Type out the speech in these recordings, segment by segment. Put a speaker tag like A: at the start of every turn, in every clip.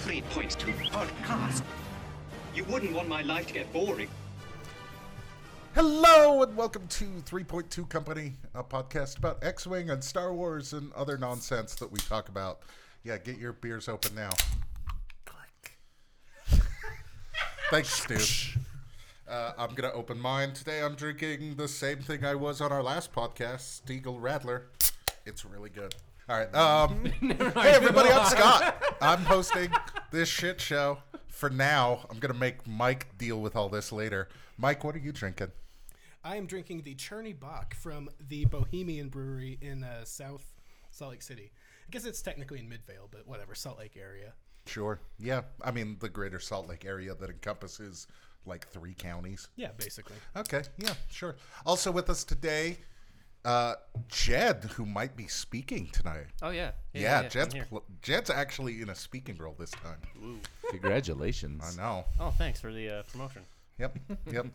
A: 3.2 podcast. You wouldn't want my life to get boring.
B: Hello and welcome to 3.2 Company, a podcast about X Wing and Star Wars and other nonsense that we talk about. Yeah, get your beers open now. Thanks, Stu. Uh, I'm going to open mine. Today I'm drinking the same thing I was on our last podcast, Steagle Rattler. It's really good. All right. Um, hey, everybody, I'm Scott. I'm hosting this shit show. For now, I'm going to make Mike deal with all this later. Mike, what are you drinking?
C: I am drinking the Cherny Bach from the Bohemian Brewery in uh, South Salt Lake City. I guess it's technically in Midvale, but whatever, Salt Lake area.
B: Sure. Yeah. I mean, the greater Salt Lake area that encompasses like three counties.
C: Yeah, basically.
B: Okay. Yeah, sure. Also with us today, uh, Jed, who might be speaking tonight.
D: Oh yeah.
B: Yeah,
D: I'm
B: Jed's,
D: here.
B: pl- Jed's actually in a speaking role this time.
E: Congratulations.
B: I know.
D: Oh, thanks for the uh, promotion.
B: Yep. Yep.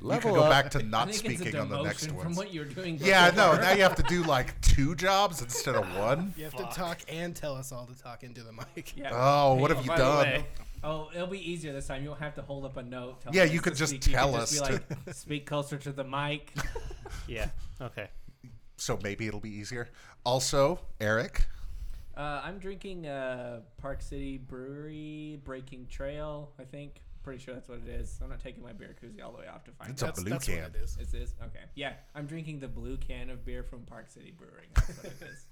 B: you
E: Level
B: can go
E: up.
B: back to not
F: I think it's a
B: speaking on the next
F: demotion
B: one.
F: From what you're doing.
B: Yeah, no.
F: before.
B: Now you have to do like two jobs instead of one.
C: You have to talk and tell us all to talk into the mic.
B: Oh, what
D: Hey,
B: have you
D: by the
B: done?
D: way,
F: Oh, it'll be easier this time. You won't have to hold up a note. telling
B: Yeah,
F: us
B: you
F: to
B: could just
F: speak. You
B: tell
F: could
B: us
F: be like, speak closer to the mic.
D: Yeah. Okay.
B: So maybe it'll be easier. Also, Eric.
F: Uh, I'm drinking uh, Park City Brewery Breaking Trail. I think. Pretty sure that's what it is. I'm not taking my beer koozie all the way out to find
B: It's
F: out.
B: a blue
C: that's
B: can.
C: what it is.
F: Is this okay? Yeah, I'm drinking the blue can of beer from Park City Brewing. That's what it is.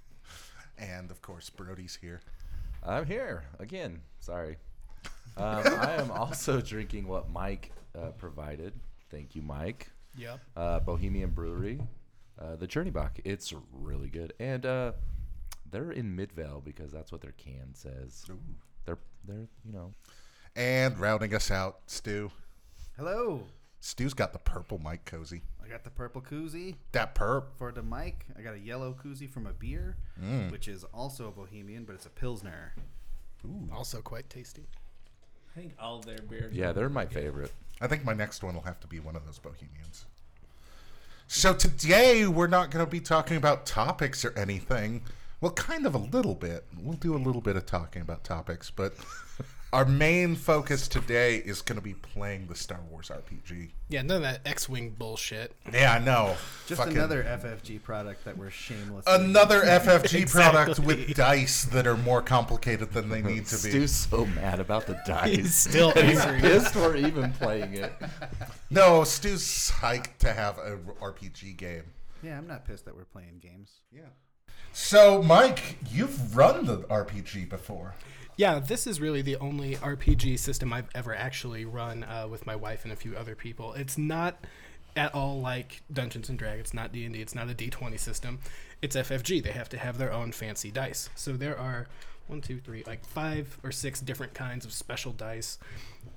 B: And of course, Brody's here.
E: I'm here again. Sorry. Um, I am also drinking what Mike uh, provided. Thank you, Mike.
C: Yep.
E: Uh, Bohemian Brewery, uh, the Cherniebach. It's really good, and uh, they're in Midvale because that's what their can says. They're they're you know
B: And rounding us out, Stu.
G: Hello.
B: Stu's got the purple mic cozy.
G: I got the purple koozie
B: That perp.
G: for the mic. I got a yellow koozie from a beer,
B: Mm.
G: which is also a bohemian, but it's a pilsner.
C: Also quite tasty.
F: I think all their beer.
E: yeah they're my favorite.
B: I think my next one will have to be one of those bohemians. So today we're not going to be talking about topics or anything. Well, kind of a little bit. We'll do a little bit of talking about topics, but our main focus today is going to be playing the Star Wars RPG.
C: Yeah, none of that X-wing bullshit.
B: Yeah, I know.
G: Just
B: Fucking-
G: another FFG product that we're shameless.
B: another FFG product with dice that are more complicated than they need to be.
E: Stu's so mad about the dice.
C: Still
E: He's pissed we're even playing it.
B: No, Stu's psyched to have a RPG game.
G: Yeah, I'm not pissed that we're playing games.
B: So, Mike, you've run the RPG before.
C: Yeah, this is really the only RPG system I've ever actually run uh, with my wife and a few other people. It's not at all like Dungeons and Dragons, not D and D. It's not a D twenty system. It's FFG. They have to have their own fancy dice. So there are one, two, three, like five or six different kinds of special dice.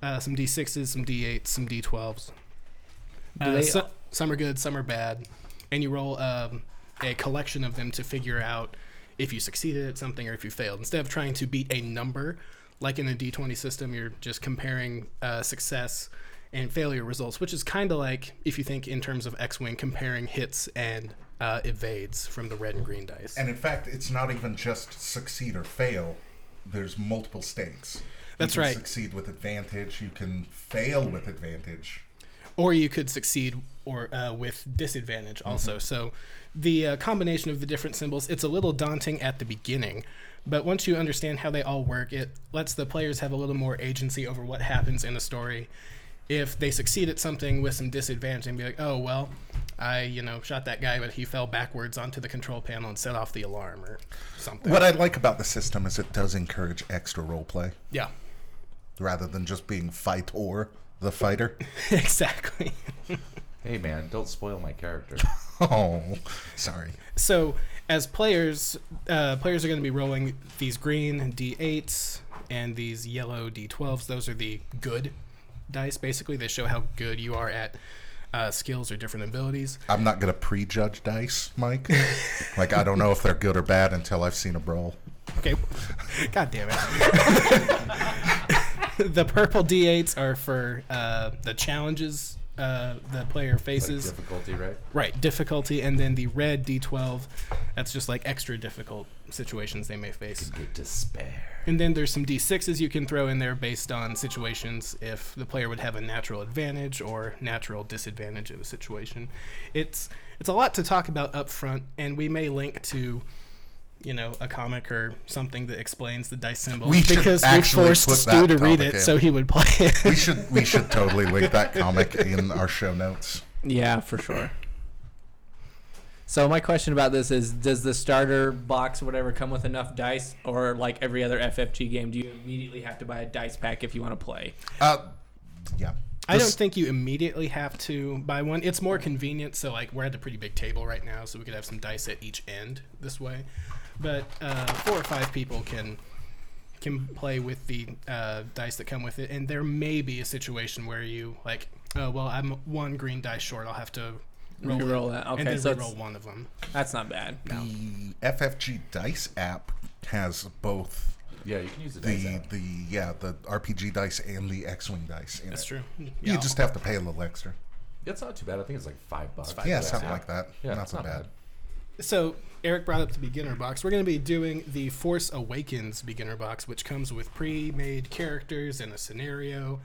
C: Uh, some D sixes, some D eights, some D twelves. Uh,
F: Do they-
C: so- some are good, some are bad, and you roll um, a collection of them to figure out if you succeeded at something or if you failed. Instead of trying to beat a number, like in the D20 system, you're just comparing uh, success and failure results, which is kind of like if you think in terms of X-wing, comparing hits and uh, evades from the red and green dice.
B: And in fact, it's not even just succeed or fail. There's multiple stakes.
C: That's
B: you can
C: right.
B: Succeed with advantage. You can fail with advantage.
C: or you could succeed or uh, with disadvantage also. So the uh, combination of the different symbols it's a little daunting at the beginning, but once you understand how they all work, it lets the players have a little more agency over what happens in a story. If they succeed at something with some disadvantage and be like, "Oh well, I you know shot that guy, but he fell backwards onto the control panel and set off the alarm or something."
B: What I like about the system is it does encourage extra roleplay
C: Yeah,
B: rather than just being fight or the fighter.
C: exactly.
E: Hey man, don't spoil my character.
B: oh, sorry.
C: so as players, uh, players are going to be rolling these green d8s and these yellow d12s. Those are the good dice. Basically, they show how good you are at uh, skills or different abilities.
B: I'm not gonna prejudge dice, Mike. like I don't know if they're good or bad until I've seen a roll.
C: Okay, god damn it. the purple d8s are for uh, the challenges uh, the player
E: Like
C: faces.
E: difficulty, right?
C: Right, difficulty, and then the red D12. That's just like extra difficult situations they may face.
E: Good despair.
C: And then there's some D6s you can throw in there based on situations if the player would have a natural advantage or natural disadvantage of a situation. It's it's a lot to talk about up front, and we may link to you know a comic or something that explains the dice symbol
B: We should
C: because we
B: actually
C: forced
B: put
C: Stu
B: that
C: to read
B: comic
C: it
B: in.
C: so he would play it.
B: We should we should totally link that comic in our show notes.
F: Yeah, for sure. So my question about this is: Does the starter box, or whatever, come with enough dice, or like every other FFG game, do you immediately have to buy a dice pack if you want to play?
B: Uh, yeah.
C: I don't
B: This-
C: think you immediately have to buy one. It's more convenient. So, like, we're at a pretty big table right now, so we could have some dice at each end this way. But uh, four or five people can can play with the uh, dice that come with it, and there may be a situation where you like, oh well, I'm one green dice short. I'll have to roll, it,
F: Reroll that.
C: and
F: Okay,
C: then
F: so
C: roll
F: it's-
C: one of them.
F: That's not bad.
B: The FFG Dice app has both
E: Yeah, you can use the dice
B: the
E: app.
B: the yeah the RPG dice and the X-wing dice. In
C: That's
B: it.
C: true.
B: You
C: Yeah,
B: just have to pay a little extra.
E: It's not too bad. I think it's like five bucks.
B: yeah,
E: for that
B: something
E: app.
B: like that.
E: Yeah,
B: not
E: it's
B: so
E: not
B: bad.
E: bad.
C: So Eric brought up the beginner box. We're going to be doing the Force Awakens beginner box, which comes with pre-made characters and a scenario.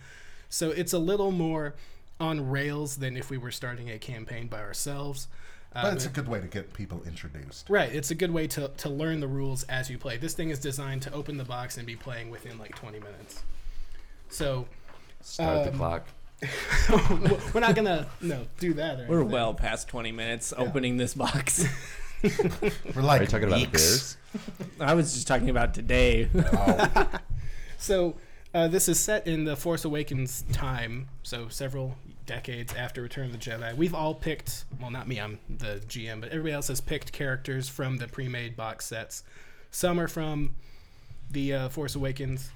C: So it's a little more on rails than if we were starting a campaign by ourselves. Uh,
B: But it's a good way to get people introduced.
C: right, it's a good way to, to learn the rules as you play. This thing is designed to open the box and be playing within like 20 minutes. So
E: Start the
C: Um,
E: clock.
C: we're not going to no do that. Or
F: We're
C: anything.
F: well past 20 minutes opening this box.
B: We're like
E: Are you talking about the
B: weeks.
E: Bears?
F: I was just talking about today.
C: So uh, this is set in the Force Awakens time, so several decades after Return of the Jedi. We've all picked, well, not me, I'm the GM, but everybody else has picked characters from the pre-made box sets. Some are from the uh, Force Awakens,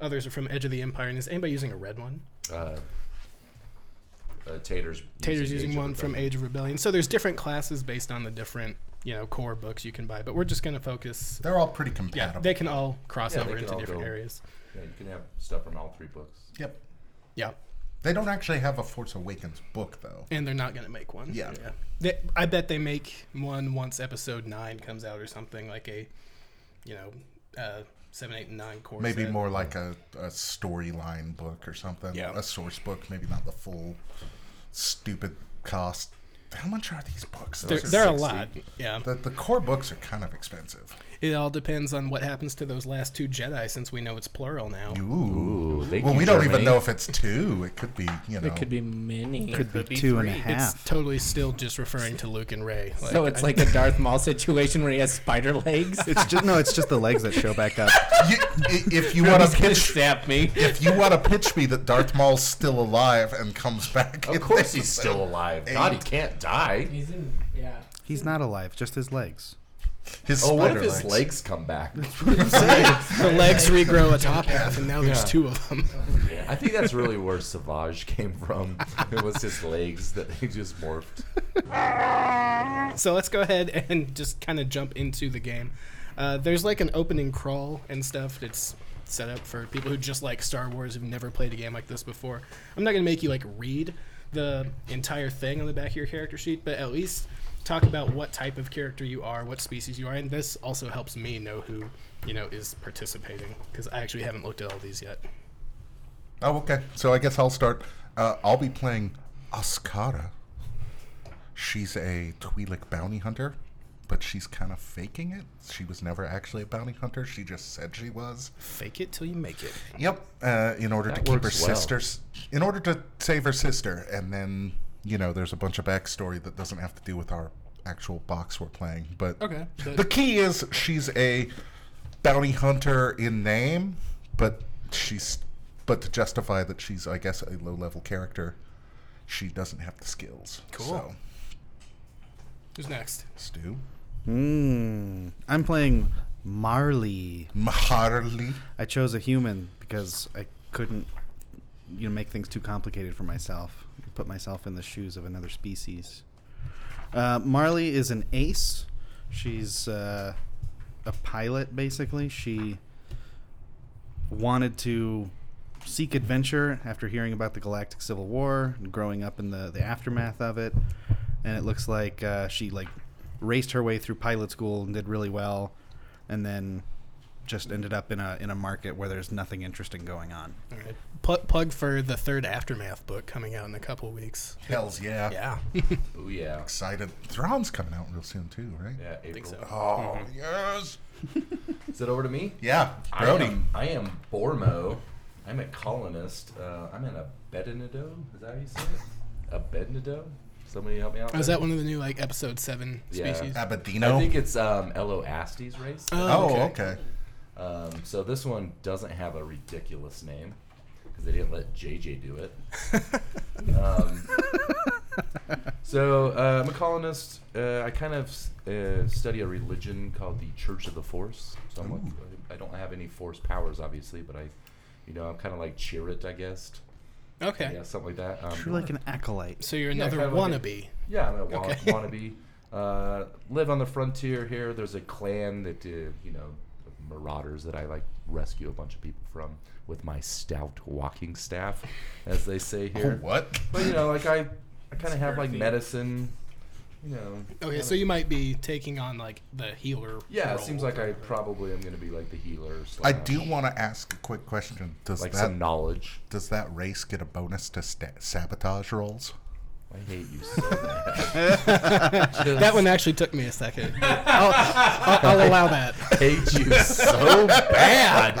C: others are from Edge of the Empire. And is anybody using a red one?
E: Uh, uh, Tater's
C: Tater's
E: Age
C: using
E: of
C: one from
E: Rebellion.
C: Age of Rebellion. So there's different classes based on the different, you know, core books you can buy. But we're just going to focus.
B: They're all pretty
C: Yeah,
B: compatible.
C: they can all cross
E: Yeah, they
C: over
E: can
C: into
E: all
C: different
E: go.
C: areas.
E: Yeah, you can have stuff from all three books.
B: Yep.
C: Yeah.
B: They don't actually have a Force Awakens book though.
C: and they're not going to make one.
B: Yeah.
C: They, I bet they make one once episode nine comes out or something like a, you know, uh, seven, eight, and nine course.
B: Maybe
C: set.
B: more like a, a storyline book or something.
C: Yeah.
B: A source book, maybe not the full stupid cost. How much are these books?
C: There,
B: Those
C: there are
B: 60.
C: a lot. Yeah.
B: The, the core books are kind of expensive.
C: It all depends on what happens to those last two Jedi, since we know it's plural now.
B: Ooh.
E: Ooh, thank
B: Well,
E: you,
B: we don't even
E: Germany.
B: know if it's two. It could be, you know.
F: It could be many.
G: Could be
D: Could be
G: two and a
D: three.
G: half.
C: It's totally still just referring to Luke and Ray. Like,
F: So it's like a Darth Maul situation where he has spider legs.
G: It's just no. It's just the legs that show back up.
B: You- i- if you want
F: He's
B: to
F: gonna
B: pitch,
F: stab me.
B: if you want to pitch me that Darth Maul's still alive and comes back,
E: Of
B: in
E: course he's
B: episode
E: still alive. God, he
B: eight,
E: can't die.
F: He's in, yeah.
G: He's not alive. Just his legs.
B: His
E: Oh, what if
B: spider
E: his legs come back?
C: the legs regrow atop half, and now there's two of them.
E: I think that's really where Savage came from. It was his legs that he just morphed.
C: So let's go ahead and just kind of jump into the game. Uh, there's like an opening crawl and stuff that's set up for people who just like Star Wars who've never played a game like this before. I'm not gonna make you like read the entire thing on the back of your character sheet, but at least talk about what type of character you are, what species you are, and this also helps me know who you know is participating because I actually haven't looked at all these yet.
B: Oh, okay. So I guess I'll start. Uh, I'll be playing Oscara. She's a Twi'lek bounty hunter, but she's kind of faking it. She was never actually a bounty hunter. She just said she was.
C: Fake it till you make it.
B: Yep. Uh, in order to
E: That
B: keep her
E: works well.
B: sisters, in order to save her sister, and then you know, there's a bunch of backstory that doesn't have to do with our actual box we're playing. But
C: Okay.
B: the key is she's a bounty hunter in name, but she's but to justify that she's, I guess, a low-level character, she doesn't have the skills.
C: Cool.
B: So,
C: Who's next?
B: Stu, Hmm.
G: Mm. I'm playing Marley.
B: Maharli.
G: I chose a human because I couldn't, you know, make things too complicated for myself. Put myself in the shoes of another species. Uh, Marley is an ace. She's uh, a pilot, basically. She wanted to seek adventure after hearing about the Galactic Civil War and growing up in the, the aftermath of it. And it looks like uh, she like raced her way through pilot school and did really well, and then just ended up in a in a market where there's nothing interesting going on.
C: All right. Pl- plug for the third Aftermath book coming out in a couple weeks.
B: Hells yeah.
C: Yeah.
E: Oh yeah.
B: Excited. Thron's coming out real soon too, right?
E: Yeah, April.
C: so.
B: Oh
E: Mm-hmm.
B: yes.
E: Is it over to me?
B: Yeah. Brody.
E: I am, I am Bormo. I'm a colonist. Uh, I'm in Abednego. Is that how you say it? Abednego? Somebody help me out.
C: Oh, Is
E: there?
C: that one of the new like episode seven
E: Yeah.
C: species?
B: Abedino.
E: I think it's um, Eloastes race.
B: oh, okay.
E: Um, so this one doesn't have a ridiculous name because they didn't let JJ do it. um, so uh, I'm a colonist. Uh, I kind of s- uh, study a religion called the Church of the Force. So I'm like, I don't have any force powers, obviously, but I, you know, I'm kind of like cheer it, I guess.
C: Okay.
E: Yeah, something like that. Um,
G: You're like an acolyte.
C: So you're
E: Yeah,
C: another
E: kind of like a-
C: wannabe.
E: yeah, I'm a wa-
C: Okay.
E: wannabe. Uh, live on the frontier here. There's a clan that, uh, you know, marauders that I like rescue a bunch of people from with my stout walking staff, as they say
B: Oh,
E: here.
B: what?
E: But, you know, like I, I kind of have like medicine, you know.
B: Oh,
C: Okay, so you might be taking on like the healer.
E: Yeah, it
C: role.
E: seems like I probably am going to be like the healer.
B: I
E: slash,
B: do want to ask a quick question. Does
E: Like
B: that
E: some knowledge.
B: does that race get a bonus to sta- sabotage rolls?
E: I hate you so much.
C: that one actually took me a second. but I'll, I'll, I'll allow that.
E: hate you so bad.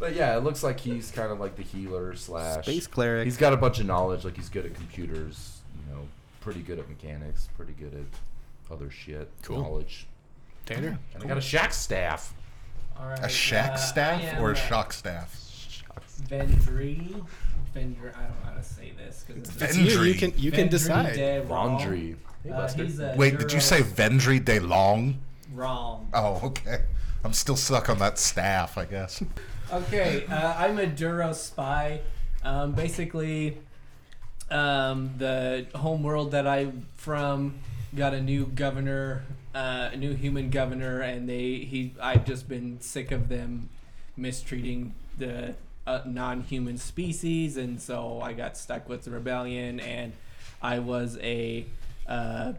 E: but yeah, it looks like he's kind of like the healer slash
G: Space cleric.
E: He's got a bunch of knowledge. Like he's good at computers. You know, pretty good at mechanics. Pretty good at other shit.
C: Cool.
E: Knowledge.
C: Tanner,
E: And I got a shack staff.
F: All right,
B: A shack
F: uh, I
B: staff
F: am,
B: or a
F: uh,
B: shock staff?
F: Vendry. Vendry. I don't know how to say this because
C: you, you
B: Vendry.
C: can you can decide.
E: Laundry.
F: uh,
E: Hey, Buster.
B: Wait, did you say Vendry de Long?
F: wrong?
B: Oh, okay. I'm still stuck on that staff, I guess.
F: Okay, uh, I'm a Duro spy. Um, basically, um, the home world that I'm from got a new governor, uh, a new human governor, and they he I've just been sick of them mistreating the uh, non-human species, and so I got stuck with the rebellion, and I was a uh,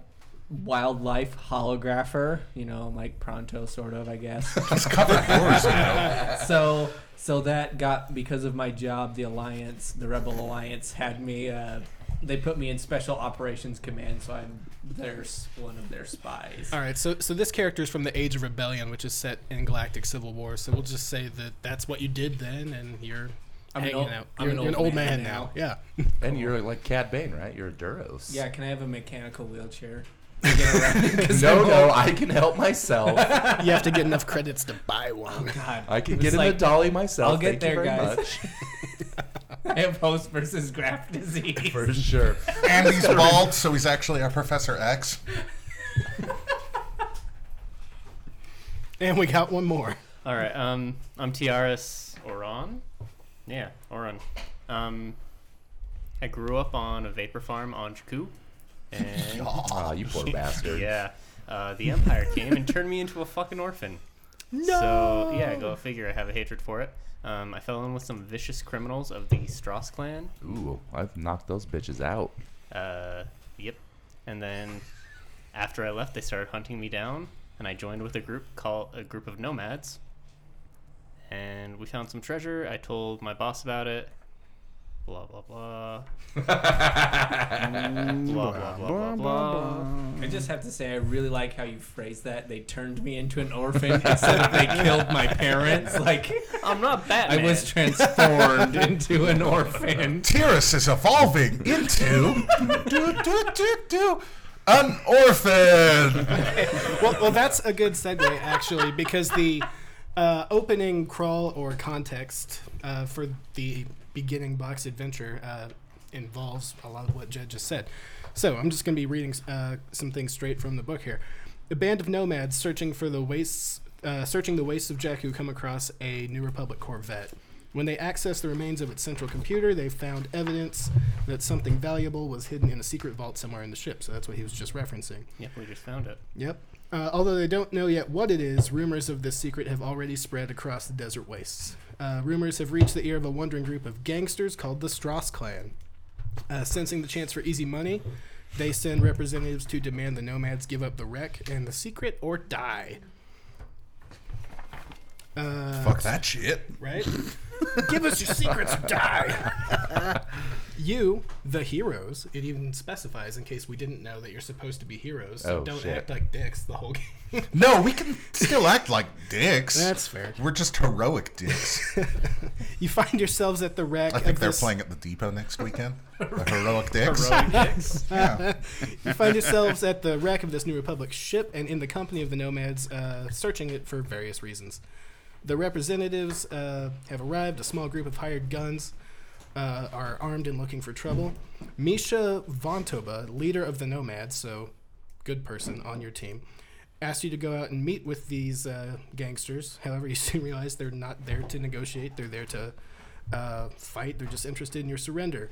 F: wildlife holographer, you know, like Pronto, sort of, I guess
B: He's covered yours, you know.
F: so so that got because of my job the alliance the rebel alliance had me uh, they put me in special operations command so i'm their s- one of their spies
C: All right, so so this character is from the Age of Rebellion, which is set in Galactic Civil War. So we'll just say that that's what you did then, and you're
F: I'm an
C: hanging
F: ol-
C: out.
F: I'm
C: you're
F: an
C: you're
F: old
C: man,
F: man
C: now.
F: now.
C: Yeah.
E: and you're like Cad Bane, right? You're a Duros.
F: yeah can i have a mechanical wheelchair
E: No, no, I can help myself.
C: you have to get enough credits to buy one.
F: god
E: I can
F: It's
E: get in
F: like,
E: the dolly myself.
F: I'll get
E: Thank
F: there,
E: you very
F: guys. i have host versus graft disease
E: Much. For sure.
B: And he's bald, so he's actually a Professor X.
C: And we got one more.
D: All right. Um, I'm Tiaris Oran. Yeah, Oran. Um, I grew up on a vapor farm on Jakku, and
E: Aw, you poor bastard.
D: yeah, uh, the Empire came and turned me into a fucking orphan. No. So yeah, go figure. I have a hatred for it. Um, I fell in with some vicious criminals of the Strauss clan.
E: Ooh, I've knocked those bitches out.
D: Uh, yep. And then after I left, they started hunting me down, and I joined with a group called a group of nomads. And we found some treasure. I told my boss about it. Blah blah blah. blah, blah, blah, blah, blah.
F: i just have to say i really like how you phrased that they turned me into an orphan instead of they killed my parents like
D: I'm not
F: i
D: Batman.
F: was transformed into an orphan
B: Tyrus is evolving into do, do, do, do, an orphan.
C: well, well, that's a good segue actually, because the uh, opening crawl or context uh, for the beginning box adventure uh, involves a lot of what Jed just said. So I'm just going to be reading uh, some things straight from the book here. A band of nomads searching for the wastes, uh, searching the wastes of Jakku, come across a New Republic corvette. When they accessed the remains of its central computer, they found evidence that something valuable was hidden in a secret vault somewhere in the ship. So that's what he was just referencing.
D: Yep, we just found it.
C: Yep. Uh, although they don't know yet what it is, rumors of this secret have already spread across the desert wastes. Uh, rumors have reached the ear of a wandering group of gangsters called the Strauss Clan. Uh, sensing the chance for easy money, they send representatives to demand the nomads give up the wreck and the secret or die. Uh,
B: Fuck that shit.
C: right? Give us your secrets or die. you, the heroes, it even specifies in case we didn't know that you're supposed to be heroes, so
E: Oh,
C: don't
E: shit.
C: act like dicks the whole game.
B: No, we can still act like dicks.
C: That's fair.
B: We're just heroic dicks.
C: You find yourselves at the wreck.
B: I think
C: of
B: they're
C: this,
B: playing at the depot next weekend. The heroic dicks.
C: You find yourselves at the wreck of this New Republic ship, and in the company of the nomads, uh, searching it for various reasons. The representatives uh, have arrived. A small group of hired guns uh, are armed and looking for trouble. Misha Vontoba, leader of the nomads, so good person on your team, asked you to go out and meet with these uh, gangsters. However, you soon realize they're not there to negotiate. They're there to uh, fight. They're just interested in your surrender.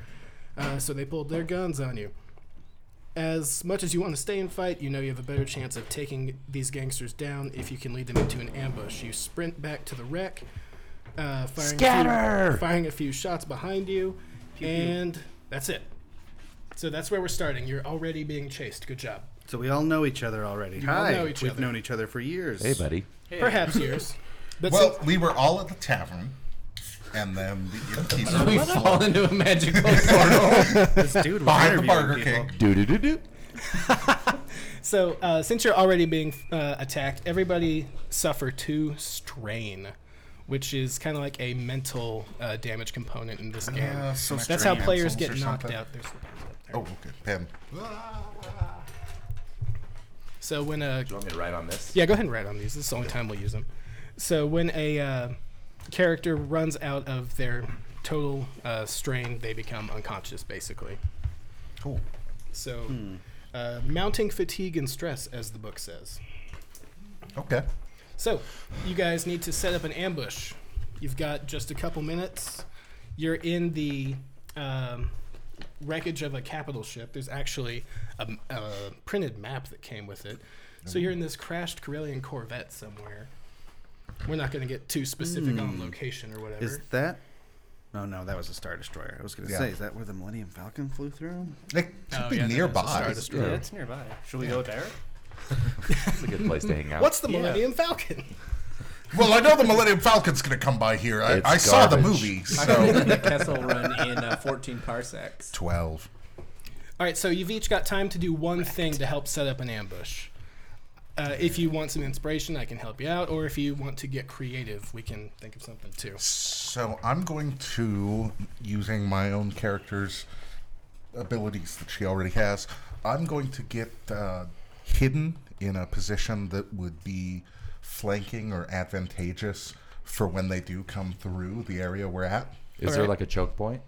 C: Uh, so they pulled their guns on you as much as you want to stay and fight, you know you have a better chance of taking these gangsters down if you can lead them into an ambush. You sprint back to the wreck, uh, firing, A few, firing a few shots behind you, and that's it. So that's where we're starting. You're already being chased. Good job.
G: So we all know each other already.
C: all
G: Hi.
C: know each
G: We've
C: other.
G: known each other for years.
E: Hey, buddy.
C: Perhaps yours. But
B: Well,
C: since-
B: we were all at the tavern, and then the innkeeper
F: We
B: was
F: fall into a magical portal.
G: This dude was
B: behind the
G: interviewing
B: Burger
G: people.
B: King.
E: Do do do do.
C: so uh, since you're already being uh, attacked, everybody suffer two strain, which is kind of like a mental uh, damage component in this game.
B: Uh, some
C: That's
B: extra
C: how players
B: pencils
C: get
B: or
C: knocked
B: something.
C: out. There's the pens up there.
B: Oh, okay. Pen.
C: So when a
E: You want me to write on this?
C: yeah, go ahead and write on these. This is the only time we'll use them. So when a uh, character runs out of their total uh, strain, they become unconscious, basically.
B: Cool.
C: So uh, mounting fatigue and stress, as the book says.
B: Okay.
C: Oh, So you guys need to set up an ambush. You've got just a couple minutes. You're in the um, wreckage of a capital ship. There's actually a, m- a printed map that came with it. So you're in this crashed Corellian Corvette somewhere. We're not going to get too specific on location or whatever.
G: Is that? Oh no, that was a Star Destroyer. I was gonna
B: Yeah.
G: say, is that where the Millennium Falcon flew through?
B: It could
C: Oh,
B: be
C: yeah, that is a Star
B: nearby.
C: Destroyer.
D: Yeah, it's nearby. Should we go there?
E: It's a good place to hang out.
C: What's the
D: Yeah.
C: Millennium Falcon?
B: Well, I know the Millennium Falcon's going to come by here. I,
E: It's
B: I saw the
E: garbage.
B: movie,
F: We
B: so
F: did the Kessel Run in uh, 14 parsecs.
B: twelve.
C: All right, so you've each got time to do one thing to help set up an ambush. Uh, if you want some inspiration, I can help you out, or if you want to get creative, we can think of something too.
B: So I'm going to, using my own character's abilities that she already has, I'm going to get uh, hidden in a position that would be flanking or advantageous for when they do come through the area we're at.
E: Is there like a choke point?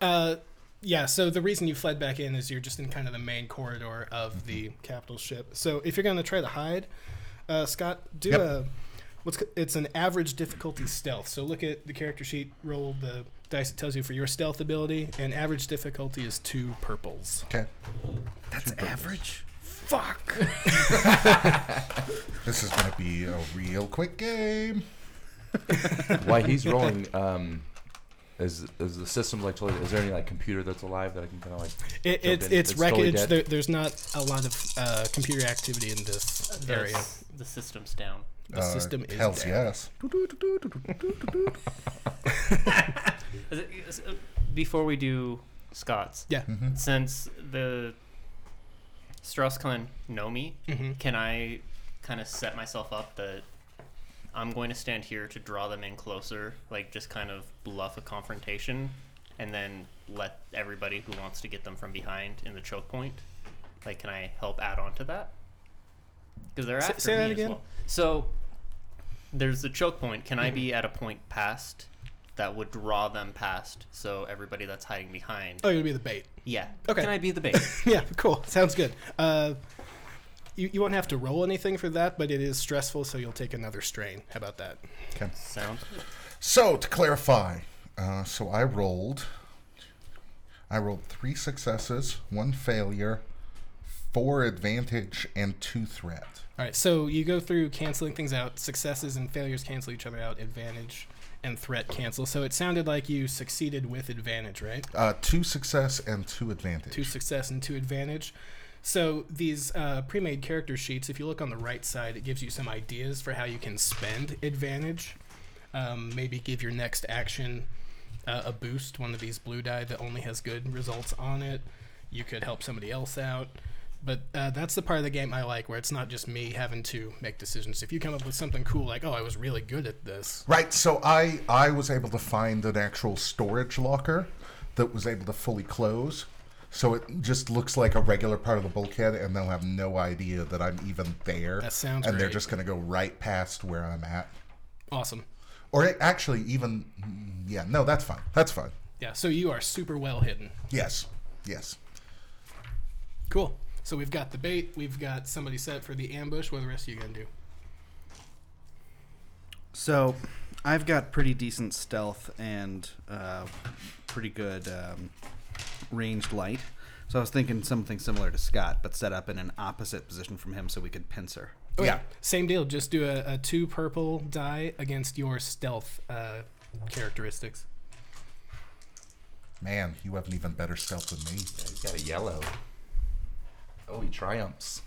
C: Uh, yeah, so the reason you fled back in is you're just in kind of the main corridor of the capital ship. So if you're going to try to hide, uh, Scott, do
B: Yep.
C: a what's c- it's an average difficulty stealth. So look at the character sheet, roll the dice it tells you for your stealth ability, and average difficulty is two purples.
B: Okay.
G: That's average.
C: Fuck.
B: This is going to be a real quick game.
E: Why he's rolling? Um, is is the system like totally? Is there any like computer that's alive that I can kind of like?
C: It,
E: jump
C: it's
E: in?
C: it's
E: totally
C: wreckage.
E: dead?
C: there, there's not a lot of uh, computer activity in Uh, this
D: The
C: area.
D: s- The system's down.
C: The system is
B: Uh, Hells
C: dead.
B: yes.
D: Is it- is it- Before we do Scott's,
C: Yeah.
D: since the Strauss clan know me,
C: Mhm.
D: can I kind of set myself up that I'm going to stand here to draw them in closer, like just kind of bluff a confrontation, and then let everybody who wants to get them from behind in the choke point? Like, can I help add on to that? Because they're
C: Say-
D: after
C: say
D: me
C: that
D: as
C: again?
D: well. So there's the choke point. Can I be at a point past that would draw them past? So everybody that's hiding behind.
C: Oh, you'll be the bait.
D: Yeah.
C: Okay.
D: Can I be the bait?
C: yeah. Cool. Sounds good. Uh, you, you won't have to roll anything for that, but it is stressful, so you'll take another strain. How about that?
B: Okay.
D: Sounds.
B: So to clarify, uh, so I rolled. I rolled three successes, one failure, four advantage, and two threat.
C: All right, so you go through canceling things out. Successes and failures cancel each other out. Advantage and threat cancel. So it sounded like you succeeded with advantage, right?
B: Uh, two success and two advantage.
C: Two success and two advantage. So these uh, pre-made character sheets, if you look on the right side, it gives you some ideas for how you can spend advantage. Um, maybe give your next action uh, a boost, one of these blue die that only has good results on it. You could help somebody else out. But uh, that's the part of the game I like, where it's not just me having to make decisions. If you come up with something cool, like, oh, I was really good at this,
B: Right, so I I was able to find an actual storage locker that was able to fully close. So it just looks like a regular part of the bulkhead, and they'll have no idea that I'm even there.
C: That sounds
B: And they're
C: great.
B: just going to go right past where I'm at.
C: awesome.
B: Or it actually, even mm, yeah, no, that's fine. That's fine.
C: Yeah, so you are super well hidden.
B: Yes, yes.
C: Cool. So we've got the bait, we've got somebody set for the ambush. What are the rest are you going to do?
G: So, I've got pretty decent stealth and uh, pretty good um, ranged light. So I was thinking something similar to Scott, but set up in an opposite position from him so we could pincer.
C: Oh,
B: Yeah,
C: Same deal. Just do a, a two purple die against your stealth uh, characteristics.
B: man, you have an even better stealth than me.
E: He's got a yellow. Oh, he triumphs.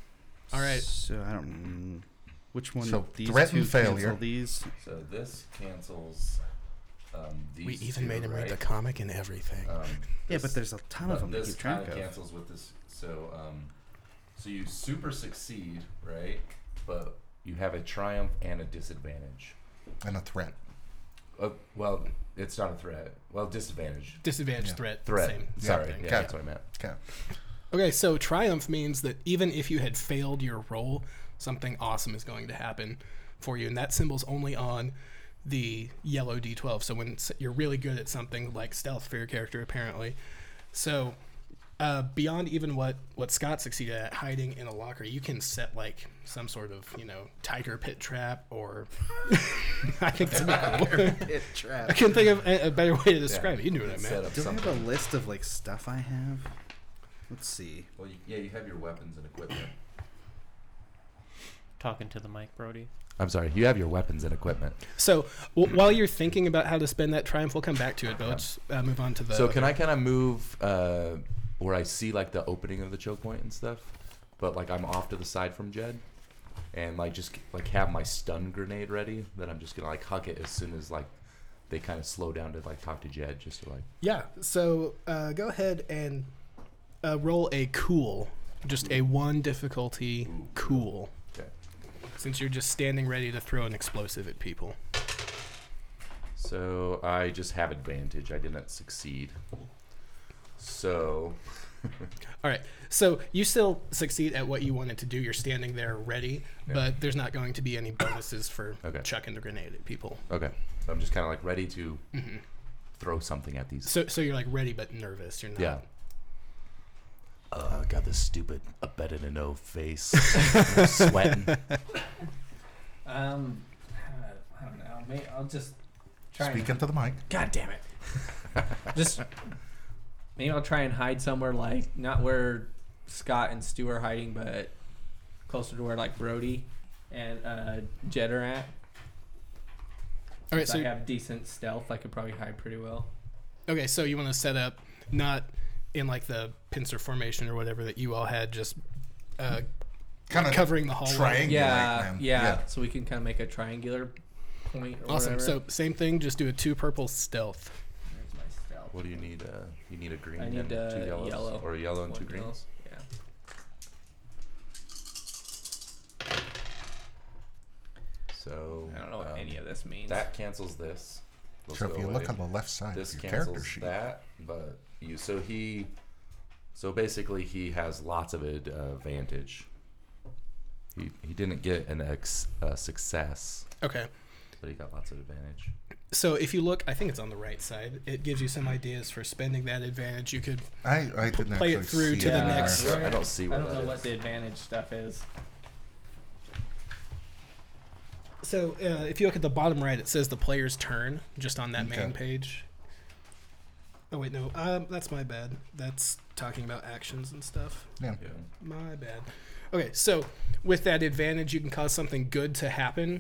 C: All right.
G: So I don't. mm, Which one?
B: So,
G: of these
B: threat
G: two
B: and failure.
G: cancel These.
E: So this cancels. Um, these
C: We even
E: two,
C: made him read
E: right?
C: the comic and everything.
E: Um,
G: Yeah,
E: this-
G: but there's a ton
E: but
G: of them to
E: This
G: keep track
E: kinda
G: of.
E: cancels with this. So, um, so you super succeed, right? But you have a triumph and a disadvantage.
B: And a threat.
E: Uh, well, it's not a threat. Well, disadvantage.
C: Disadvantage,
B: Yeah.
C: threat,
E: Threat.
C: same, same
E: Sorry,
C: thing.
E: yeah,
B: Okay.
E: that's what I meant.
B: Okay.
C: Okay, so triumph means that even if you had failed your roll, something awesome is going to happen for you, and that symbol's only on the yellow d12. So when s- you're really good at something like stealth for your character, apparently, so uh, beyond even what what Scott succeeded at hiding in a locker, you can set like some sort of you know tiger pit trap, or I think that'd be cool.
G: It trap.
C: I can think of a, a better way to describe it. You knew what I
E: Set
C: meant.
E: up
G: Do I
E: something.
G: have a list of like stuff I have? Let's see.
E: Well, you, yeah, you have your weapons and equipment.
D: Talking to the mic, Brody.
E: I'm sorry. You have your weapons and equipment.
C: So w- while you're thinking about how to spend that triumph, we'll come back to it, but let's uh, move on to the.
E: So can I kind of move uh, where I see like the opening of the choke point and stuff, but like I'm off to the side from Jed, and like just like have my stun grenade ready that I'm just gonna like huck it as soon as like they kind of slow down to like talk to Jed just to like
C: Yeah. So uh, go ahead and uh, roll a cool, just a one difficulty cool,
E: okay.
C: since you're just standing ready to throw an explosive at people.
E: So I just have advantage. I didn't succeed. So
C: All right. So you still succeed at what you wanted to do. You're standing there ready, but there's not going to be any bonuses for
E: Okay.
C: chucking the grenade at people.
E: okay, so I'm just kind of like ready to throw something at these.
C: So so you're like ready but nervous. You're not.
E: yeah. Uh, got this stupid a better to know face sweating.
F: Um, uh, I don't know. May I'll just try.
B: Speak
F: and,
B: into the mic.
F: God damn it! just maybe I'll try and hide somewhere like not where Scott and Stu are hiding, but closer to where like Brody and uh, Jed are at.
C: All right.
F: So I
C: So
F: have decent stealth. I could probably hide pretty well.
C: okay. So you want to set up not in like the pincer formation or whatever that you all had, just uh,
B: Kind of
C: covering the hallway.
B: triangulate.
F: Yeah,
B: man.
F: yeah, So we can kind of make a triangular point. Or
C: Awesome.
F: Whatever.
C: So same thing, just do a two purple stealth.
F: There's my stealth.
E: What do you need? Uh, you need a green
F: I need
E: and
F: uh,
E: two yellows,
F: yellow
E: or a yellow and
F: One
E: two greens.
F: yellow. Yeah.
E: So
F: I don't know what
E: um,
F: any of this means.
E: That cancels this. Those
B: So
E: go
B: if you
E: away.
B: look on the left side
E: this
B: of your character
E: cancels
B: sheet,
E: that, but you. So he, so basically, he has lots of ad- advantage. He he didn't get an ex uh, success,
C: Okay.
E: but he got lots of advantage.
C: So if you look, I think it's on the right side. It gives you some ideas for spending that advantage. You could
B: I, I didn't
C: play it
B: actually
C: through
B: see
C: to the
B: it.
C: next-
E: I don't- I don't see
F: I
E: what
F: don't know
E: that
F: what
E: is.
F: the advantage stuff is.
C: So uh, if you look at the bottom right, it says the player's turn just on that main
B: Okay.
C: page. Oh wait, no, um, that's my bad. That's talking about actions and stuff.
E: Yeah.
C: My bad. Okay, so with that advantage, you can cause something good to happen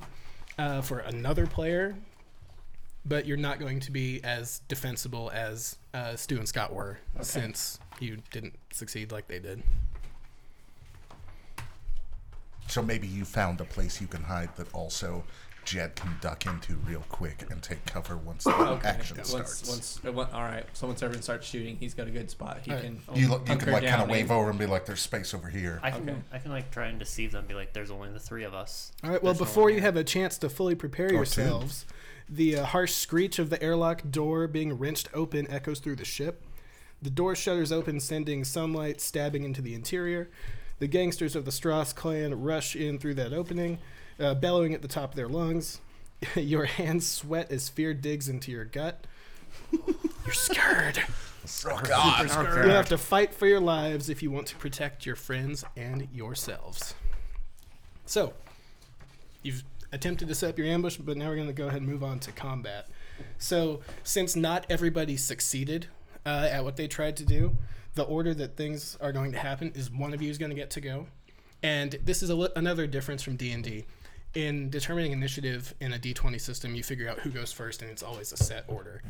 C: uh, for another player, but you're not going to be as defensible as uh, Stu and Scott were since you didn't succeed like they did.
B: So maybe you found a place you can hide that also Jed can duck into real quick and take cover once the action
F: once,
B: starts.
F: Once, uh, one- all right. So once everyone starts shooting, he's got a good spot. He can
B: you lo- you
F: hunker
B: can like kind
F: down
B: of wave
F: and-
B: over and be like, "There's space over here."
D: I can
F: Okay.
D: I can like try and deceive them. Be like, there's only the three of us.
C: All right. Well,
D: There's no
C: before
D: one
C: you
D: here.
C: have a chance to fully prepare yourselves, the uh, harsh screech of the airlock door being wrenched open echoes through the ship. The door shutters open, sending sunlight stabbing into the interior. The gangsters of the Strauss clan rush in through that opening, uh, bellowing at the top of their lungs. your hands sweat as fear digs into your gut. You're scared.
B: oh God!
C: You'll have to fight for your lives if you want to protect your friends and yourselves. So, you've attempted to set up your ambush, but now we're going to go ahead and move on to combat. So, since not everybody succeeded uh, at what they tried to do, the order that things are going to happen is one of you is going to get to go, and this is a li- another difference from D and D. In determining initiative in a D20 system, you figure out who goes first, and it's always a set order.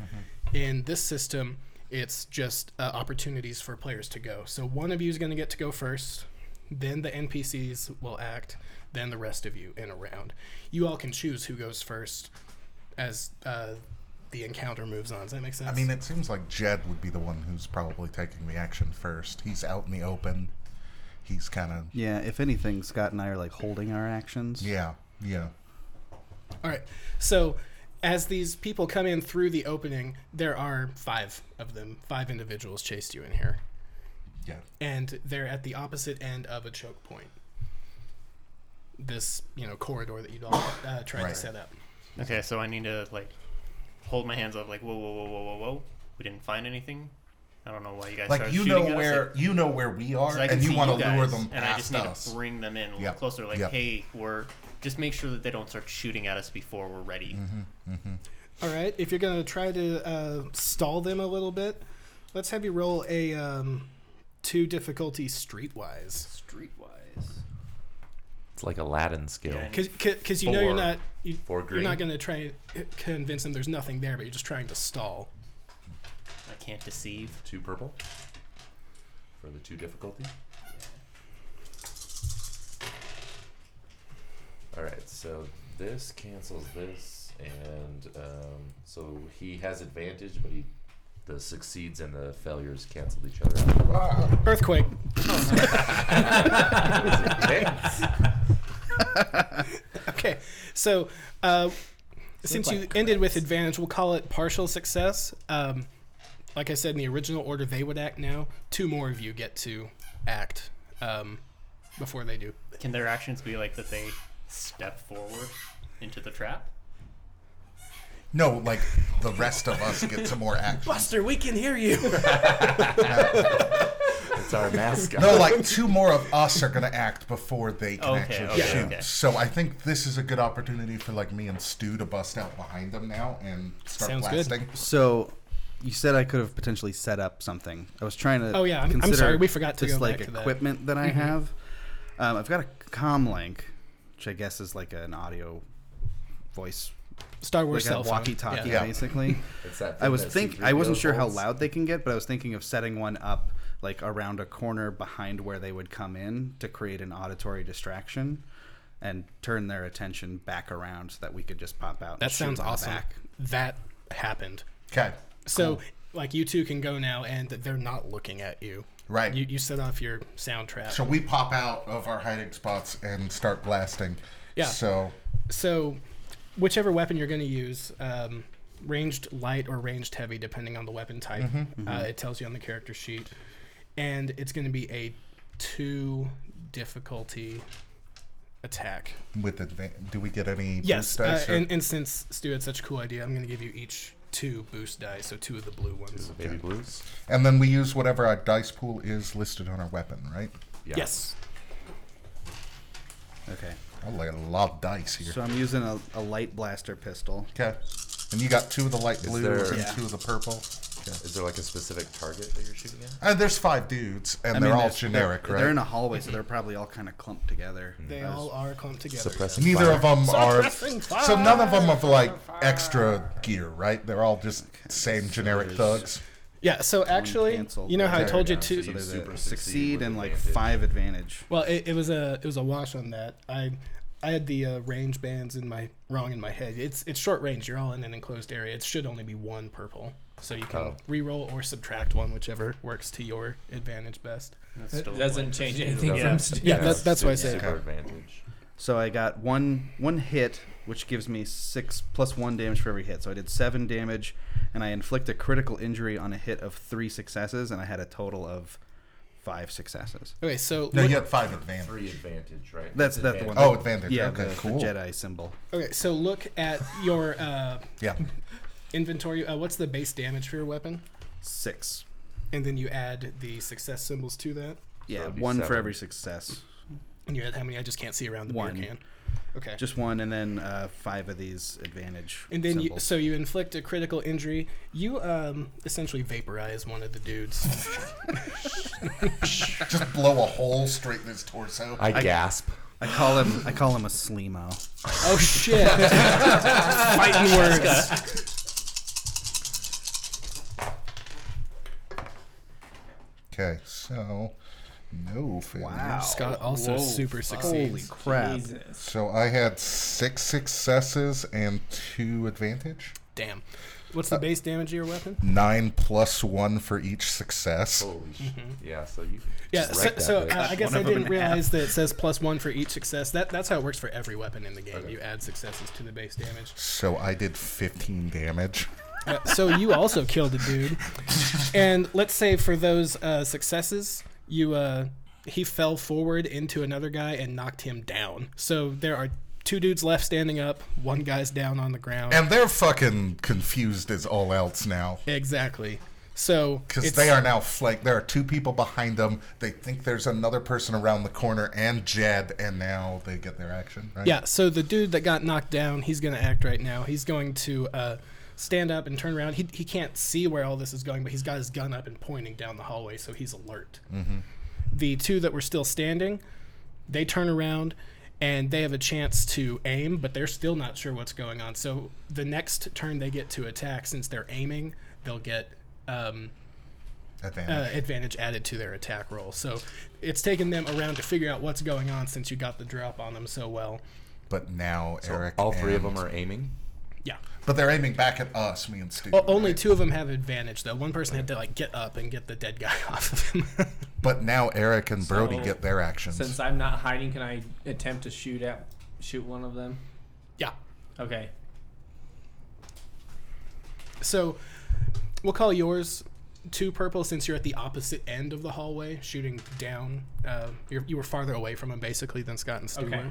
C: In this system, it's just uh, opportunities for players to go. So one of you is going to get to go first then the NPCs will act, then the rest of you in a round. You all can choose who goes first as uh, the encounter moves on. Does that make sense?
B: I mean, it seems like Jed would be the one who's probably taking the action first. He's out in the open. He's kind of
G: Yeah, if anything, Scott and I are like holding our actions.
B: yeah, yeah.
C: all right. So as these people come in through the opening, there are five of them. Five individuals chased you in here,
B: Yeah.
C: and they're at the opposite end of a choke point. This you know corridor that you'd all uh, tried to
B: Right.
C: set up.
D: Okay, so I need to like hold my hands up, like whoa, whoa, whoa, whoa, whoa, whoa. We didn't find anything. I don't know why you guys
B: Like
D: started
B: you know
D: shooting at us.
B: where
D: Like,
B: you know where we are,
D: 'cause I can
B: and you
D: see
B: want to
D: guys,
B: lure them
D: and
B: past
D: I just need
B: us.
D: to bring them in a little
B: Yep,
D: closer. Like,
B: yep.
D: hey, we're just make sure that they don't start shooting at us before we're ready.
B: Mm-hmm.
C: All right. If you're gonna try to uh, stall them a little bit, let's have you roll a um, two difficulty streetwise,
D: Streetwise.
E: It's like Aladdin skill.
D: Yeah, I need-
C: because you know you're
E: Four.
C: not you,
E: Four
C: you're
E: green.
C: not gonna try and convince them there's nothing there, but you're just trying to stall.
D: I can't deceive.
E: Two purple for the two difficulty. All right, so this cancels this, and um, so he has advantage, but he the succeeds and the failures cancel each other out.
B: Ah,
C: Earthquake.
E: Advance.
C: Okay. So uh, since you
F: like
C: ended with advantage, we'll call it partial success. Um, like I said in the original order, they would act now. Two more of you get to act um, before they do.
D: Can their actions be like that? They step forward into the trap.
B: no, like the rest of us get some more action.
F: Buster, we can hear you.
E: It's our mascot.
B: No, like two more of us are gonna act before they can
D: Okay,
B: actually
D: okay,
B: shoot.
D: okay.
B: So I think this is a good opportunity for like me and Stu to bust out behind them now and start
C: Sounds good.
B: blasting.
G: So, you said I could have potentially set up something. I was trying to.
C: Oh, yeah, I'm- I'm
G: consider
C: sorry, we forgot to
G: this,
C: go
G: like
C: back to that. Mm-hmm.
G: equipment that, I have. Um, I've got a comlink, which I guess is like an audio voice,
C: Star Wars
G: like a
C: cell phone.
G: walkie-talkie,
B: Yeah.
G: basically.
E: It's that
G: I
E: thing
G: was
E: that
G: think I
E: C-3PO
G: wasn't sure how
E: holds.
G: loud they can get, but I was thinking of setting one up like around a corner behind where they would come in to create an auditory distraction and turn their attention back around so that we could just pop out. and
C: That
G: shoot
C: sounds
G: in the
C: awesome.
G: back.
C: That happened.
B: Okay,
C: So, like, you two can go now, and they're not looking at you.
B: right.
C: You, you set off your sound trap.
B: so we pop out of our hiding spots and start blasting.
C: Yeah.
B: So
C: So, whichever weapon you're going to use, um, ranged light or ranged heavy, depending on the weapon type, Uh, it tells you on the character sheet. And it's going to be a two difficulty attack.
B: with advan do we get any?
C: Yes.
B: boost dice
C: Uh,
B: or-
C: and, and since Stu had such a cool idea, I'm going to give you each two boost dice, so two of the blue ones.
E: Baby blues.
B: and then we use whatever our dice pool is listed on our weapon, right?
E: Yeah.
C: Yes.
G: Okay.
B: I'm laying a lot of dice here.
G: So I'm using a, a light blaster pistol.
B: okay. And you got two of the light blues
E: there-
B: and
G: Yeah.
B: two of the purple. Okay.
E: Is there like a specific target that you're shooting at?
B: And there's five dudes, and
G: I
B: they're
G: mean,
B: all
G: there's-
B: generic,
G: they're,
B: right? Mm-hmm.
G: They're in a hallway, so they're probably all kind of clumped together.
C: They
G: I was-
C: all are clumped together.
E: Suppressing
B: Neither
E: fire.
B: of them are.
C: Suppressing
B: So none of them have like extra gear, right? They're all just same generic thugs.
C: Yeah, so actually,
G: canceled.
C: you know how I
G: Okay,
C: told you
E: yeah,
C: to.
E: so
G: So there's
E: super
G: a
E: succeed
G: succeed
E: with
G: and like
E: advantage.
G: five advantage.
C: Well, it, it was a it was a wash on that. I I had the uh, range bands in my wrong in my head. It's it's short range. You're all in an enclosed area. It should only be one purple, so you can
E: Oh.
C: reroll or subtract one, whichever works to your advantage best.
D: That's still
F: It doesn't change anything
D: Yeah.
F: from Steve.
C: Yeah, that's that's why I
E: super
C: say
E: advantage.
G: So I got one one hit, which gives me six plus one damage for every hit. So I did seven damage, and I inflict a critical injury on a hit of three successes, and I had a total of five successes.
C: Okay, so
B: No,
C: look-
B: you had five advantage.
E: Three advantage, right?
G: That's that the one.
B: Oh, advantage.
G: yeah,
B: okay,
G: the, the
B: cool.
G: Jedi symbol.
C: okay, so look at your uh,
B: Yeah.
C: inventory. Uh, what's the base damage for your weapon?
G: Six.
C: And then you add the success symbols to that.
G: Yeah,
E: it'd be
G: one for
E: seven.
G: every success.
C: And you add how many? I just can't see around the
G: One.
C: beer can. Okay.
G: Just one, and then uh, five of these advantage.
C: And then you,
G: symbols.
C: so you inflict a critical injury. You um, essentially vaporize one of the dudes.
B: Just blow a hole straight in his torso.
E: I gasp.
G: I call him. I call him a slimo.
C: oh shit! Fighting words.
B: Okay, so no failures.
C: Scott also super
G: Holy
C: succeeds.
G: crap!
F: Jesus.
B: So I had six successes and two advantage.
C: Damn. What's the base damage of your weapon?
B: Nine plus one for each success.
E: Holy shit.
G: Mm-hmm.
E: Yeah, so you.
C: Yeah.
E: just
C: So,
E: wrecked
C: so
E: that bitch.
C: uh, I guess
G: one
C: I
G: of 'em
C: didn't
G: in half.
C: realize that it says plus one for each success. That that's how it works for every weapon in the game. You add successes to the base damage.
B: So I did 15 damage.
C: Uh, so you also killed a dude. And let's say for those uh, successes, you uh, he fell forward into another guy and knocked him down. So there are two dudes left standing up. One guy's down on the ground.
B: And they're fucking confused as all else now.
C: exactly. So
B: Because
C: it's-
B: they are now flanked. There are two people behind them. They think there's another person around the corner and Jed, and now they get their action, right?
C: Yeah. So the dude that got knocked down, he's gonna act right now. He's going to. Uh, Stand up and turn around. He, he can't see where all this is going, but he's got his gun up and pointing down the hallway, so he's alert. the two that were still standing, they turn around and they have a chance to aim, but they're still not sure what's going on. So the next turn they get to attack, since they're aiming, they'll get um, uh,
B: Advantage.
C: advantage added to their attack roll. So it's taken them around to figure out what's going on since you got the drop on them so well.
B: but now Eric.
E: All three of
B: and-
E: them are aiming.
C: Yeah.
B: But they're aiming back at us, me and Steve.
C: O- only two of them have advantage though. One person had to like get up and get the dead guy off of him.
B: But now Eric and Brody
F: So-
B: get their actions.
F: Since I'm not hiding, can I attempt to shoot at shoot one of them?
C: yeah.
F: Okay.
C: So we'll call yours two purple since you're at the opposite end of the hallway, shooting down. Uh, you're, you were farther away from him basically than Scott and Stu
F: Okay.
C: were.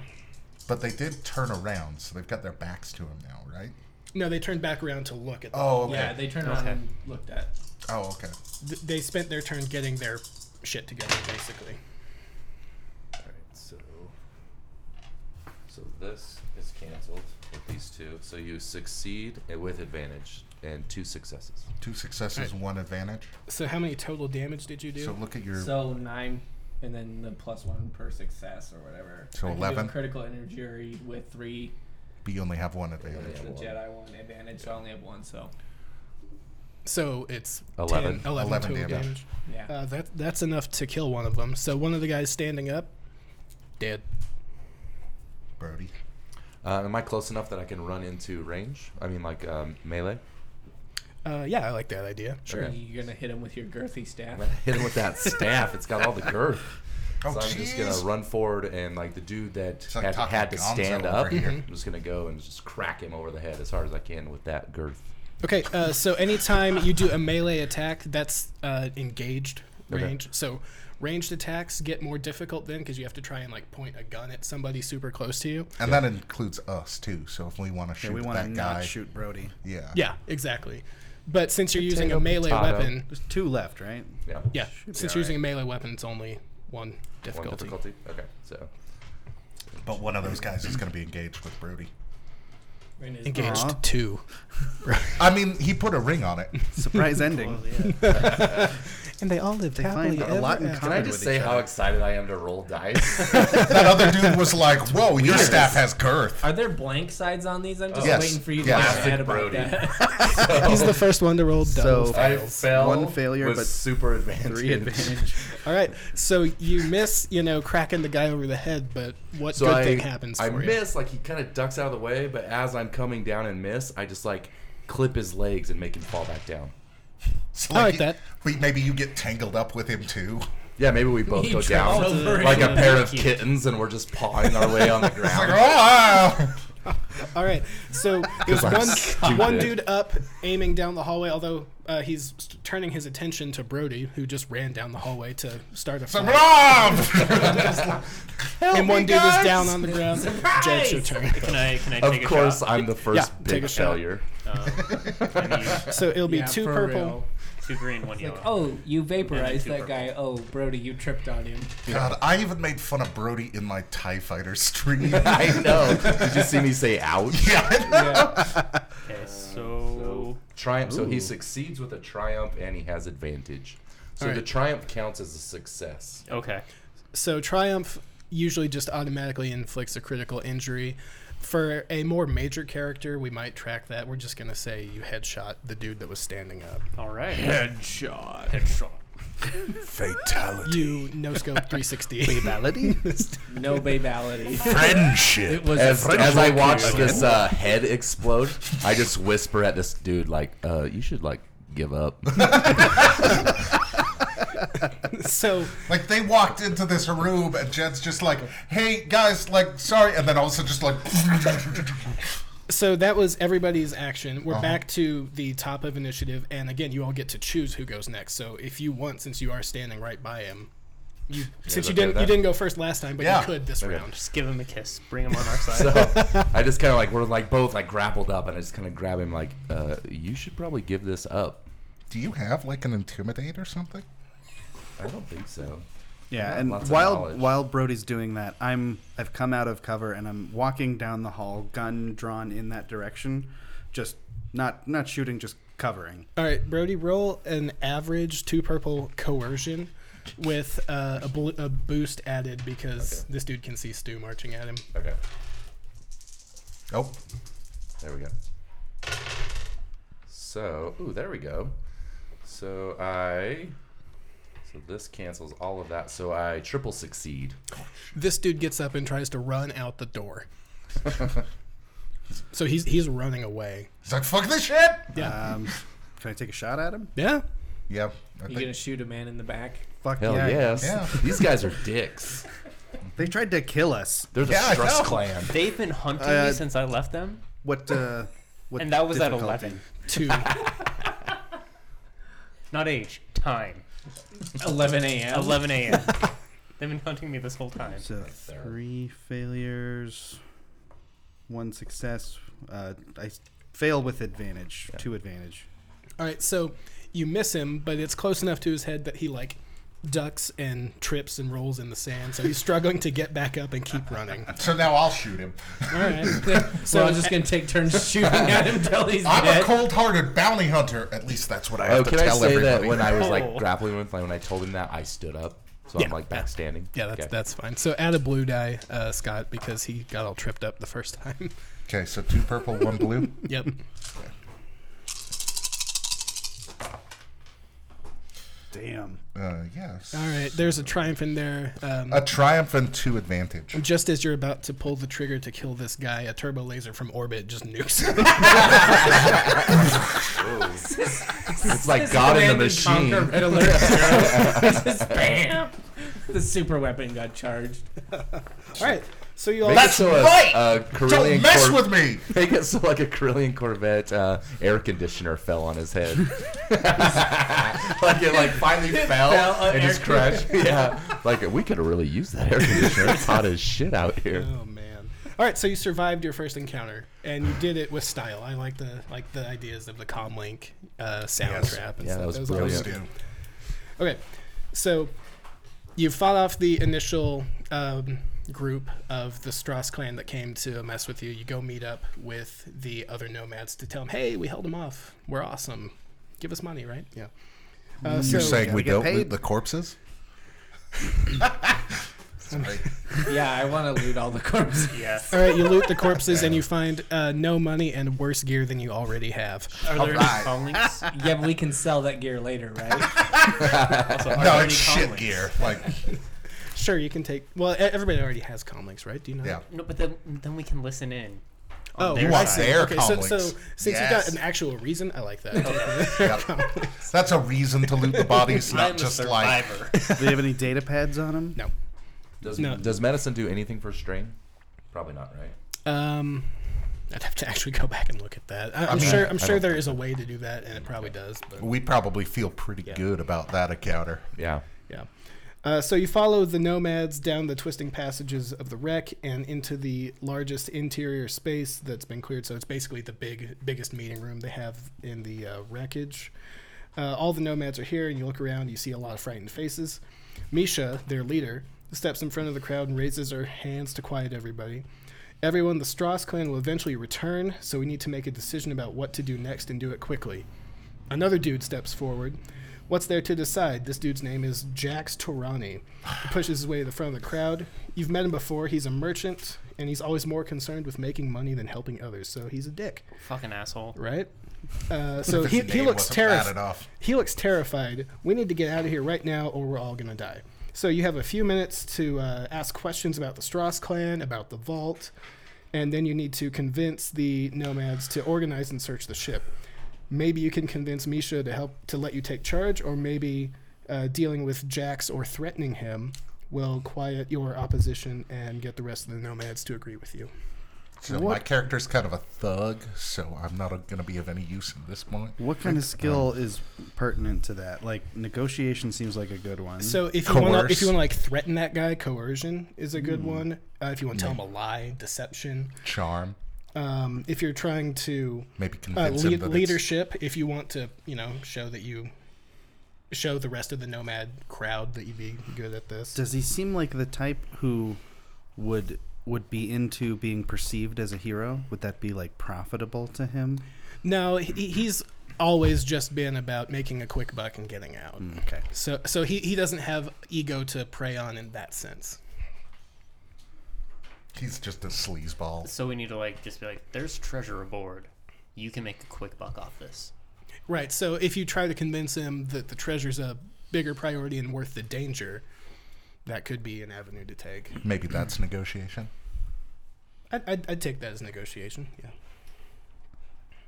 B: but they did turn around, so they've got their backs to him now, right?
C: No, they turned back around to look at.
B: Oh, okay.
F: Yeah, Uh, they turned around
D: Okay.
F: and looked at.
B: Oh, okay.
C: Th- they spent their turn getting their shit together basically.
E: Alright, so. So this is canceled with these two. So you succeed and with advantage and two successes.
B: Two successes, one advantage.
C: So how many total damage did you do?
B: So look at your.
F: So nine, and then the plus one per success or whatever.
B: So
F: I can do a
B: 11?
F: critical injury with three.
B: but you only have one
F: The
B: advantage.
F: Jedi one advantage. So I only have one. So
C: So it's
E: 11.
C: 10, 11,
B: 11
C: total
B: damage.
C: damage.
F: yeah.
C: Uh, that that's enough to kill one of them. So one of the guys standing up, dead.
B: Brody.
E: Uh, am I close enough that I can run into range? I mean, like um, melee?
C: Uh, yeah, I like that idea.
E: Sure.
F: You're gonna hit him with your girthy staff.
E: I'm gonna hit him with that staff. It's got all the girth.
B: Oh,
E: so I'm just gonna
B: jeez.
E: run forward and like the dude that
B: like
E: had,
B: Taco
E: had to
B: Gonzo
E: stand
B: over
E: up.
B: here.
E: I'm just gonna go and just crack him over the head as hard as I can with that girth.
C: Okay, uh, so anytime you do a melee attack, that's uh, engaged
E: Okay.
C: range. So ranged attacks get more difficult then because you have to try and like point a gun at somebody super close to you.
B: And that includes us too. So if we want to shoot
G: Yeah, we want to
B: that
G: not
B: guy,
G: shoot Brody.
B: yeah,
C: Yeah, exactly. But since you're using a
E: Potato,
C: melee
E: potato.
C: weapon,
G: There's two left, right?
E: Yeah.
C: yeah,
G: Should be
C: since
G: all
C: you're using a melee weapon, it's only one
E: One
C: difficulty.
E: difficulty. Okay. So
B: But one of those guys is going to be engaged with Brody.
C: Engaged
G: Aw.
C: two.
B: I mean, he put a ring on it.
G: Surprise ending.
C: And they all lived
G: happily find a ever lot in after.
E: Can I just say how excited I am to roll dice?
B: That other dude was like, "Whoa, your staff has girth."
F: Are there blank sides on these? I'm just
B: Yes.
F: waiting for you to
B: Yes.
F: ask Ed about
E: Brody.
F: that.
C: He's the first one to roll double.
G: So
E: I fell.
G: One failure,
E: with
G: but
E: super advantage.
G: three advantage.
C: all right. So you miss, you know, cracking the guy over the head, but what
E: So
C: good
E: I,
C: thing happens
E: I
C: for you?
E: miss, like he kind of ducks out of the way, but as I'm coming down and miss, I just like clip his legs and make him fall back down.
B: So,
C: I like
B: you-
C: that.
B: wait, maybe you get tangled up with him too.
E: Yeah, maybe we both
F: He
E: go
F: tried
E: down
F: to over
E: like a
F: him.
E: pair of kittens, and we're just pawing our way on the
B: Like,
E: ground.
B: oh,
C: All right. So there's
E: I'm
C: one
E: stupid.
C: one dude up aiming down the hallway, although uh, he's st- turning his attention to Brody, who just ran down the hallway to start a fight. and one dude is down on the ground. Jed's your turn.
D: Can I? Can I
E: Of
D: "Oh, take a
E: course,
D: shot? Um,
E: I'm the first
C: Yeah, take
E: big
C: a shot.
E: failure.
D: I need
C: So it'll be two purple.
D: two green, one yellow.
F: Oh, you vaporized
D: Yeah, me too,
F: that guy. Oh, Brody, you tripped on him.
B: God, I even made fun of Brody in my Tie Fighter stream.
E: I know. Did you see me say ouch?
B: yeah,
D: Okay, so
E: Triumph. So he succeeds with a triumph, and he has advantage. So the
C: Alright.
E: triumph counts as a success.
D: okay.
C: So triumph usually just automatically inflicts a critical injury. For a more major character, we might track that. We're just gonna say you headshot the dude that was standing up.
D: All right. Headshot. Headshot.
B: fatality,
C: You no scope 360.
G: Validity?
F: No babality.
B: friendship.
F: It was
E: As,
B: French
E: as I
B: roll
E: watch
B: cube.
E: this uh, head explode, I just whisper at this dude like, uh, "You should like give up."
C: so
B: Like they walked into this room and Jed's just like, "Hey guys, like sorry," and then all of a sudden just like,
C: so that was everybody's action. We're back to the top of initiative, and again, you all get to choose who goes next. So if you want, since you are standing right by him, you since you
E: let's do
C: didn't you
E: that.
C: didn't go first last time, but
B: Yeah.
C: you could this
E: Okay.
C: round.
D: Just give him a kiss. Bring him on our side.
E: So I just kind of like we're like both like grappled up, and I just kind of grab him like, uh, "You should probably give this up."
B: "Do you have like an intimidate or something?"
E: I don't think so.
G: Yeah, and
E: Lots of
G: while
E: knowledge.
G: while Brody's doing that, I'm I've come out of cover and I'm walking down the hall, gun drawn in that direction, just not not shooting, just covering.
C: All right, Brody, roll an average two purple coercion with uh, a, bl- a boost added because this dude can see Stu marching at him.
E: Okay,
B: Oh,
E: there we go. So, ooh, there we go. So I, so this cancels all of that. So I triple succeed.
C: This dude gets up and tries to run out the door. so he's he's running away.
B: he's like, "Fuck this shit."
C: Yeah.
G: Um, can I take a shot at him?
C: yeah.
B: Yeah, I
F: You
B: think-
F: gonna shoot a man in the back?
G: Fuck
E: Hell
G: yeah!
E: yes!
B: yeah.
E: These guys are dicks.
G: They tried to kill us.
E: They're the
B: Yeah, I
E: stress
B: know.
E: clan.
D: They've been hunting
G: Uh,
D: me since I left them,
G: What? Uh, what
D: and that was at
G: difficulty?
D: eleven.
C: Two.
D: Not age, time.
F: 11 a.m.
D: Eleven a.m. They've been hunting me this whole time.
G: So three failures, one success. Uh, I fail with advantage, two advantage.
C: All right, so you miss him, but it's close enough to his head that he like ducks and trips and rolls in the sand. So he's struggling to get back up and keep running.
B: So now I'll shoot him.
C: All right.
F: so I'm just gonna take turns shooting at him till he's
B: I'm a
F: dead.
B: cold-hearted bounty hunter. At least that's what I have
E: Oh,
B: to
E: can I
B: tell
E: say
B: everybody.
E: that when I was like
D: Oh.
E: grappling with, like when I told him that, I stood up, so I'm
C: Yeah.
E: like back standing.
C: Yeah, that's
E: Okay.
C: that's fine. So add a blue die, uh, Scott, because he got all tripped up the first time.
B: Okay, so two purple, one blue.
C: yep.
G: Damn.
B: Uh, yes.
C: All right. There's a triumph in there. Um,
B: A triumph and two advantage.
C: just as you're about to pull the trigger to kill this guy, a turbo laser from orbit just nukes. him.
E: It's like God in the
F: Command and Conquer
E: machine.
F: Red Alert Zero. Just bam. The super weapon got charged.
C: all right. So you all
E: Make it so a-
B: right!
E: a
B: Don't
E: Carillion
B: mess
E: Cor-
B: with me.
E: Make it so like a Carillion Corvette uh, air conditioner fell on his head. like it like finally fell,
F: fell on
E: and
F: air
E: just crashed. yeah, like we could have really used that air conditioner. It's hot as shit out here.
C: Oh man. All right. So you survived your first encounter, and you did it with style. I like the like the ideas of the comlink uh, sound
B: Yes.
C: trap. And
E: Yeah,
C: stuff.
E: that was
C: all
E: brilliant.
B: Stu.
C: Okay, so you fought off the initial um, group of the Strauss clan that came to mess with you, you go meet up with the other nomads to tell them, hey, we held them off. We're awesome. Give us money, right? Yeah. Uh,
B: You're
C: so-
B: saying
G: gotta
B: we
G: get
B: don't
G: paid.
B: loot the corpses? Sorry.
F: Yeah, I want to loot all the corpses.
D: Yes.
C: All right, you loot the corpses and you find uh, no money and worse gear than you already have.
D: Are there
B: Alright.
D: any phone links?
F: Yeah, but we can sell that gear later, right?
D: Also, are
B: No,
D: there
B: it's
D: any
B: shit
D: comlinks?
B: gear. Like,
C: Sure, you can take. Well, e- everybody already has comlinks, right? Do you know?
B: yeah.
D: No, but then, then we can listen in.
C: Oh,
D: their
C: I
D: want
C: see.
B: their
C: okay, so,
B: comlinks.
C: so since you
B: Yes.
C: got an actual reason, I like that.
B: yeah. That's a reason to loot the bodies,
D: I'm
B: not
D: a
B: just like.
D: survivor.
G: Do they have any data pads on them?
C: No.
E: Does,
C: No.
E: does medicine do anything for strain? Probably not, right?
C: Um, I'd have to actually go back and look at that. I, I'm
B: mean,
C: sure. I'm
B: I
C: sure
B: don't
C: there is a way to do that, and it probably does. But
B: We'd probably feel pretty good about that encounter.
E: Yeah.
C: yeah. Uh, so you follow the nomads down the twisting passages of the wreck and into the largest interior space that's been cleared. So it's basically the big, biggest meeting room they have in the uh, wreckage. Uh, all the nomads are here, and you look around. You see a lot of frightened faces. Misha, their leader, steps in front of the crowd and raises her hands to quiet everybody. Everyone, the Strauss clan will eventually return, so we need to make a decision about what to do next and do it quickly. Another dude steps forward. What's there to decide? This dude's name is Jax Torani. He pushes his way to the front of the crowd. You've met him before. He's a merchant, and he's always more concerned with making money than helping others, so he's a dick,
D: Fucking asshole.
C: right? Uh, so
B: His
C: he, he
B: name
C: looks
B: wasn't bad
C: terrified.
B: enough.
C: He looks terrified. We need to get out of here right now, or we're all going to die. So you have a few minutes to uh, ask questions about the Strauss clan, about the vault, and then you need to convince the nomads to organize and search the ship. Maybe you can convince Misha to help to let you take charge, or maybe uh, dealing with Jax or threatening him will quiet your opposition and get the rest of the nomads to agree with you.
B: So my character's kind of a thug, so I'm not going to be of any use in this point.
G: What kind of skill is pertinent to that? Like negotiation seems like a good one.
C: So if you want, if
B: Coerce.
C: you want to like threaten that guy, coercion is a good one. Uh, if you want to tell him a lie, deception.
B: Charm,
C: Um, if you're trying to
B: maybe
C: uh,
B: convince him
C: lead,
B: that
C: leadership, if you want to, you know, show that you show the rest of the nomad crowd that you'd be good at this.
G: does he seem like the type who would would be into being perceived as a hero? Would that be like profitable to him?
C: No, he, he's always just been about making a quick buck and getting out.
B: Mm,
G: Okay.
C: So so he, he doesn't have ego to prey on in that sense.
B: it's, he's just a sleazeball.
D: So we need to like just be like, there's treasure aboard. You can make a quick buck off this.
C: Right. So if you try to convince him that the treasure's a bigger priority and worth the danger, that could be an avenue to take.
B: Maybe that's negotiation.
C: I'd, I'd, I'd take that as negotiation. Yeah.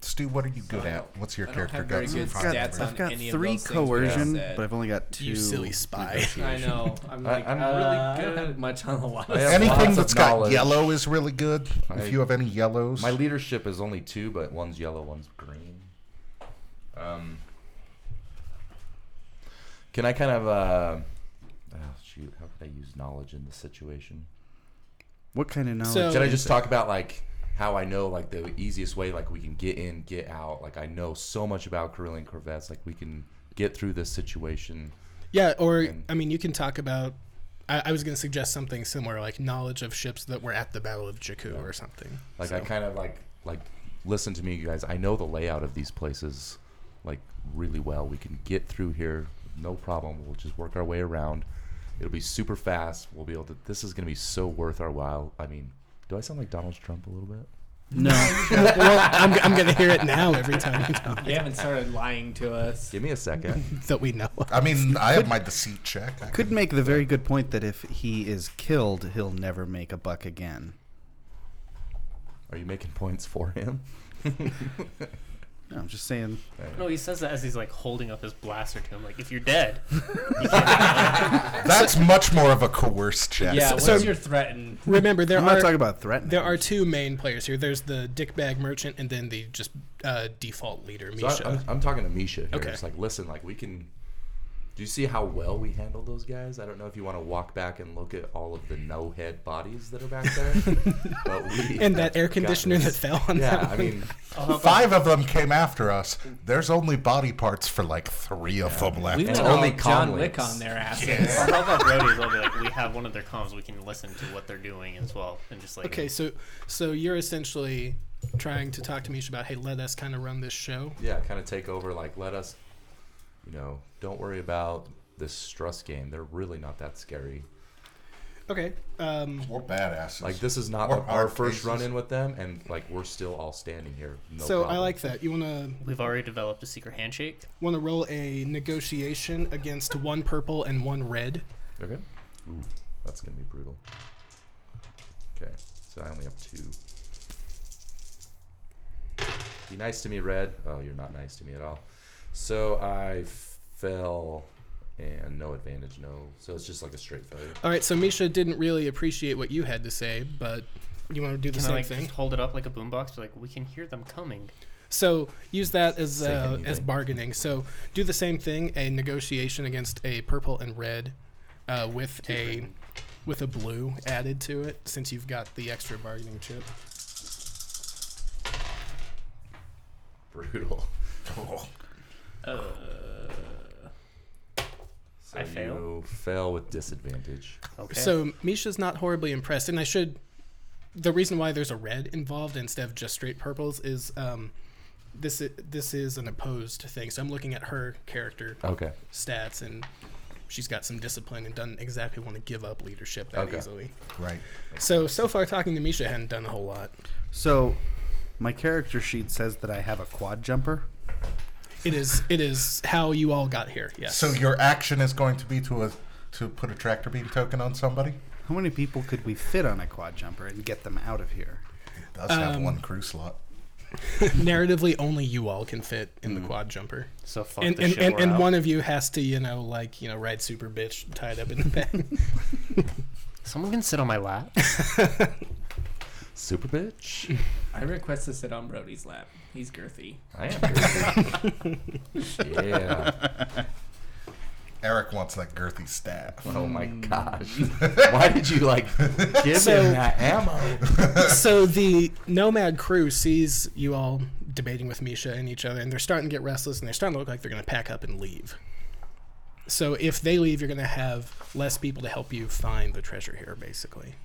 B: Stu, what are you good
F: I
B: at?
F: don't-
B: What's your
F: I don't
B: character
F: have very
B: guts
F: good
B: and
F: stats
B: five
F: on
B: numbers?
G: I've got
F: any of
G: three
F: those things, but I
G: coercion,
F: said-
G: but I've only got two.
C: You silly spy.
F: I know. I'm
E: I-
F: like,
E: I'm
F: uh,
E: really
F: I don't
E: good.
F: have much on the lot.
E: I have
B: Anything
E: lots of
B: that's got
E: knowledge.
B: yellow is really good.
E: I-
B: if you have any yellows,
E: My leadership is only two, but one's yellow, one's green. Um, can I kind of uh, oh, shoot? How could I use knowledge in this situation?
G: What kind of knowledge?
C: So-
E: Oh, Should I just talk about like how I know like the easiest way like we can get in, get out? Like I know so much about Carillion Corvettes. Like we can get through this situation.
C: Yeah. Or,
E: And-
C: I mean, you can talk about. I, I was going to suggest something similar, like knowledge of ships that were at the Battle of Jakku or something.
E: Like I
C: So-
E: kind of like like listen to me, you guys. I know the layout of these places like really well. We can get through here, no problem. We'll just work our way around. It'll be super fast. We'll be able to. This is gonna be so worth our while. I mean, do I sound like Donald Trump a little bit?
G: no.
C: well, I'm, I'm going to hear it now every time you talk
F: You haven't started lying to us.
E: Give me a second.
C: that we know.
B: I mean, I have my deceit check. I
G: Could make the very good point that if he is killed, he'll never make a buck again.
E: Are you making points for him?
G: No, I'm just saying.
D: No, he says that as he's like holding up his blaster to him, like if you're dead.
B: That's much more of a coerce check.
F: Yeah, what's
C: so-
F: your threaten?
C: Remember, there
G: I'm
C: are
G: not talking about threatening.
C: there are two main players here. There's the dickbag merchant, and then the just uh, default leader,
E: So I-
C: Misha.
E: I'm, I'm talking to Misha here.
C: Okay.
E: It's like, listen, like we can Do you see how well we handled those guys? I don't know if you want to walk back and look at all of the no head bodies that are back there. but we
C: And that air
E: got
C: conditioner that
E: this.
C: fell on
E: Yeah,
C: that
E: I mean,
B: Five of them came after us. There's only body parts for like three of them left.
F: We went
E: It's
F: all
E: only
F: John
E: Conwicks.
F: Wick on their asses.
D: Or how about Brody's? I'll be like, we have one of their comms. We can listen to what they're doing as well, and just like
C: Okay, so so you're essentially trying to talk to Mish about, hey, let us kind of run this show.
E: yeah, kind of take over. Like, let us, you know, don't worry about this stress game. They're really not that scary.
C: Okay. Um,
B: We're badasses.
E: Like, this is not
B: Or
E: our
B: our
E: first
B: cases.
E: run in with them, and like we're still all standing here. No
C: so I
E: problem.
C: like that. You wanna
D: we've already developed a secret handshake.
C: wanna roll a negotiation against one purple and one red.
E: Okay. Ooh, that's gonna be brutal. Okay, so I only have two. Be nice to me, Red. Oh, you're not nice to me at all. So I fell, and no advantage, no. So it's just like a straight failure.
C: All right, so Misha didn't really appreciate what you had to say, but you want to do the
D: Can I
C: same
D: like
C: thing.
D: just hold it up like a boombox? Be Like we can hear them coming.
C: So use that as
E: Say
C: uh, as
E: anything.
C: bargaining. So do the same thing, a negotiation against a purple and red, uh, with a with a blue added to it, since you've got the extra bargaining chip.
E: Brutal.
B: Oh,
D: Uh,
E: So
D: I fail?
E: You fail with disadvantage.
D: Okay.
C: So Misha's not horribly impressed, and I should. The reason why there's a red involved instead of just straight purples is um, this i- this is an opposed thing. So I'm looking at her character
E: Okay.
C: stats, and she's got some discipline and doesn't exactly want to give up leadership that
E: Okay.
C: easily.
B: right.
C: So so far, talking to Misha hadn't done a whole lot.
G: So, my character sheet says that I have a quad jumper.
C: It is it is how you all got here. Yes.
B: So your action is going to be to a, to put a tractor beam token on somebody.
G: How many people could we fit on a quad jumper and get them out of here?
B: It does
D: Um,
B: have one crew slot.
C: narratively, only you all can fit in
E: Mm.
C: the quad jumper,
D: so fuck
C: and
D: the
C: and,
D: shit
C: and,
D: we're
C: and
D: out.
C: one of you has to you know like you know ride super bitch tied up in the back.
D: Someone can sit on my lap.
E: Super bitch.
F: I request to sit on Brody's lap. He's girthy.
E: I am. girthy. yeah.
B: Eric wants that girthy staff.
E: Oh my
D: Hmm.
E: gosh. Why did you like give
C: So-
E: him that ammo?
C: so the nomad crew sees you all debating with Misha and each other, and they're starting to get restless, and they're starting to look like they're going to pack up and leave. So if they leave, you're going to have less people to help you find the treasure here, basically.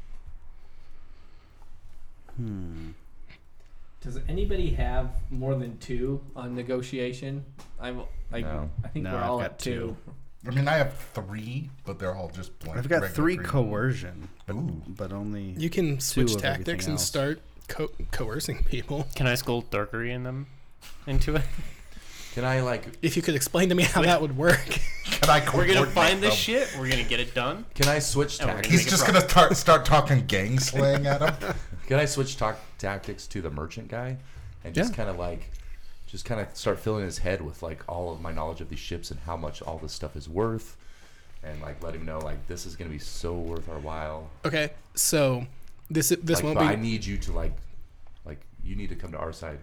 F: Does anybody have more than two on negotiation? I'm like,
E: No.
F: I think
G: No,
F: we're
G: I've
F: all
G: got
F: at two.
B: I mean, I have three, but they're all just blank.
G: I've got
B: regular
G: three
B: green.
G: coercion, but,
B: Ooh.
G: but only.
C: You can switch
G: of everything
C: tactics and
G: else.
C: start co- coercing people.
D: Can I scold darkery in them into it?
E: Can I like?
C: If you could explain to me how that would work.
B: Can I
D: We're gonna
B: coordinate
D: find this
B: them?
D: shit. We're gonna get it done.
E: Can I switch
D: And we're
E: tactics?
B: He's
D: Make it
B: just
D: rough.
B: gonna tar- start talking gang slang at him.
E: Can I switch ta- tactics to the merchant guy, and just
C: Yeah.
E: kind of like, just kind of start filling his head with like all of my knowledge of these ships and how much all this stuff is worth, and like let him know like this is gonna be so worth our while.
C: okay, so this this
E: like,
C: won't
E: but
C: be.
E: I need you to like, like you need to come to our side,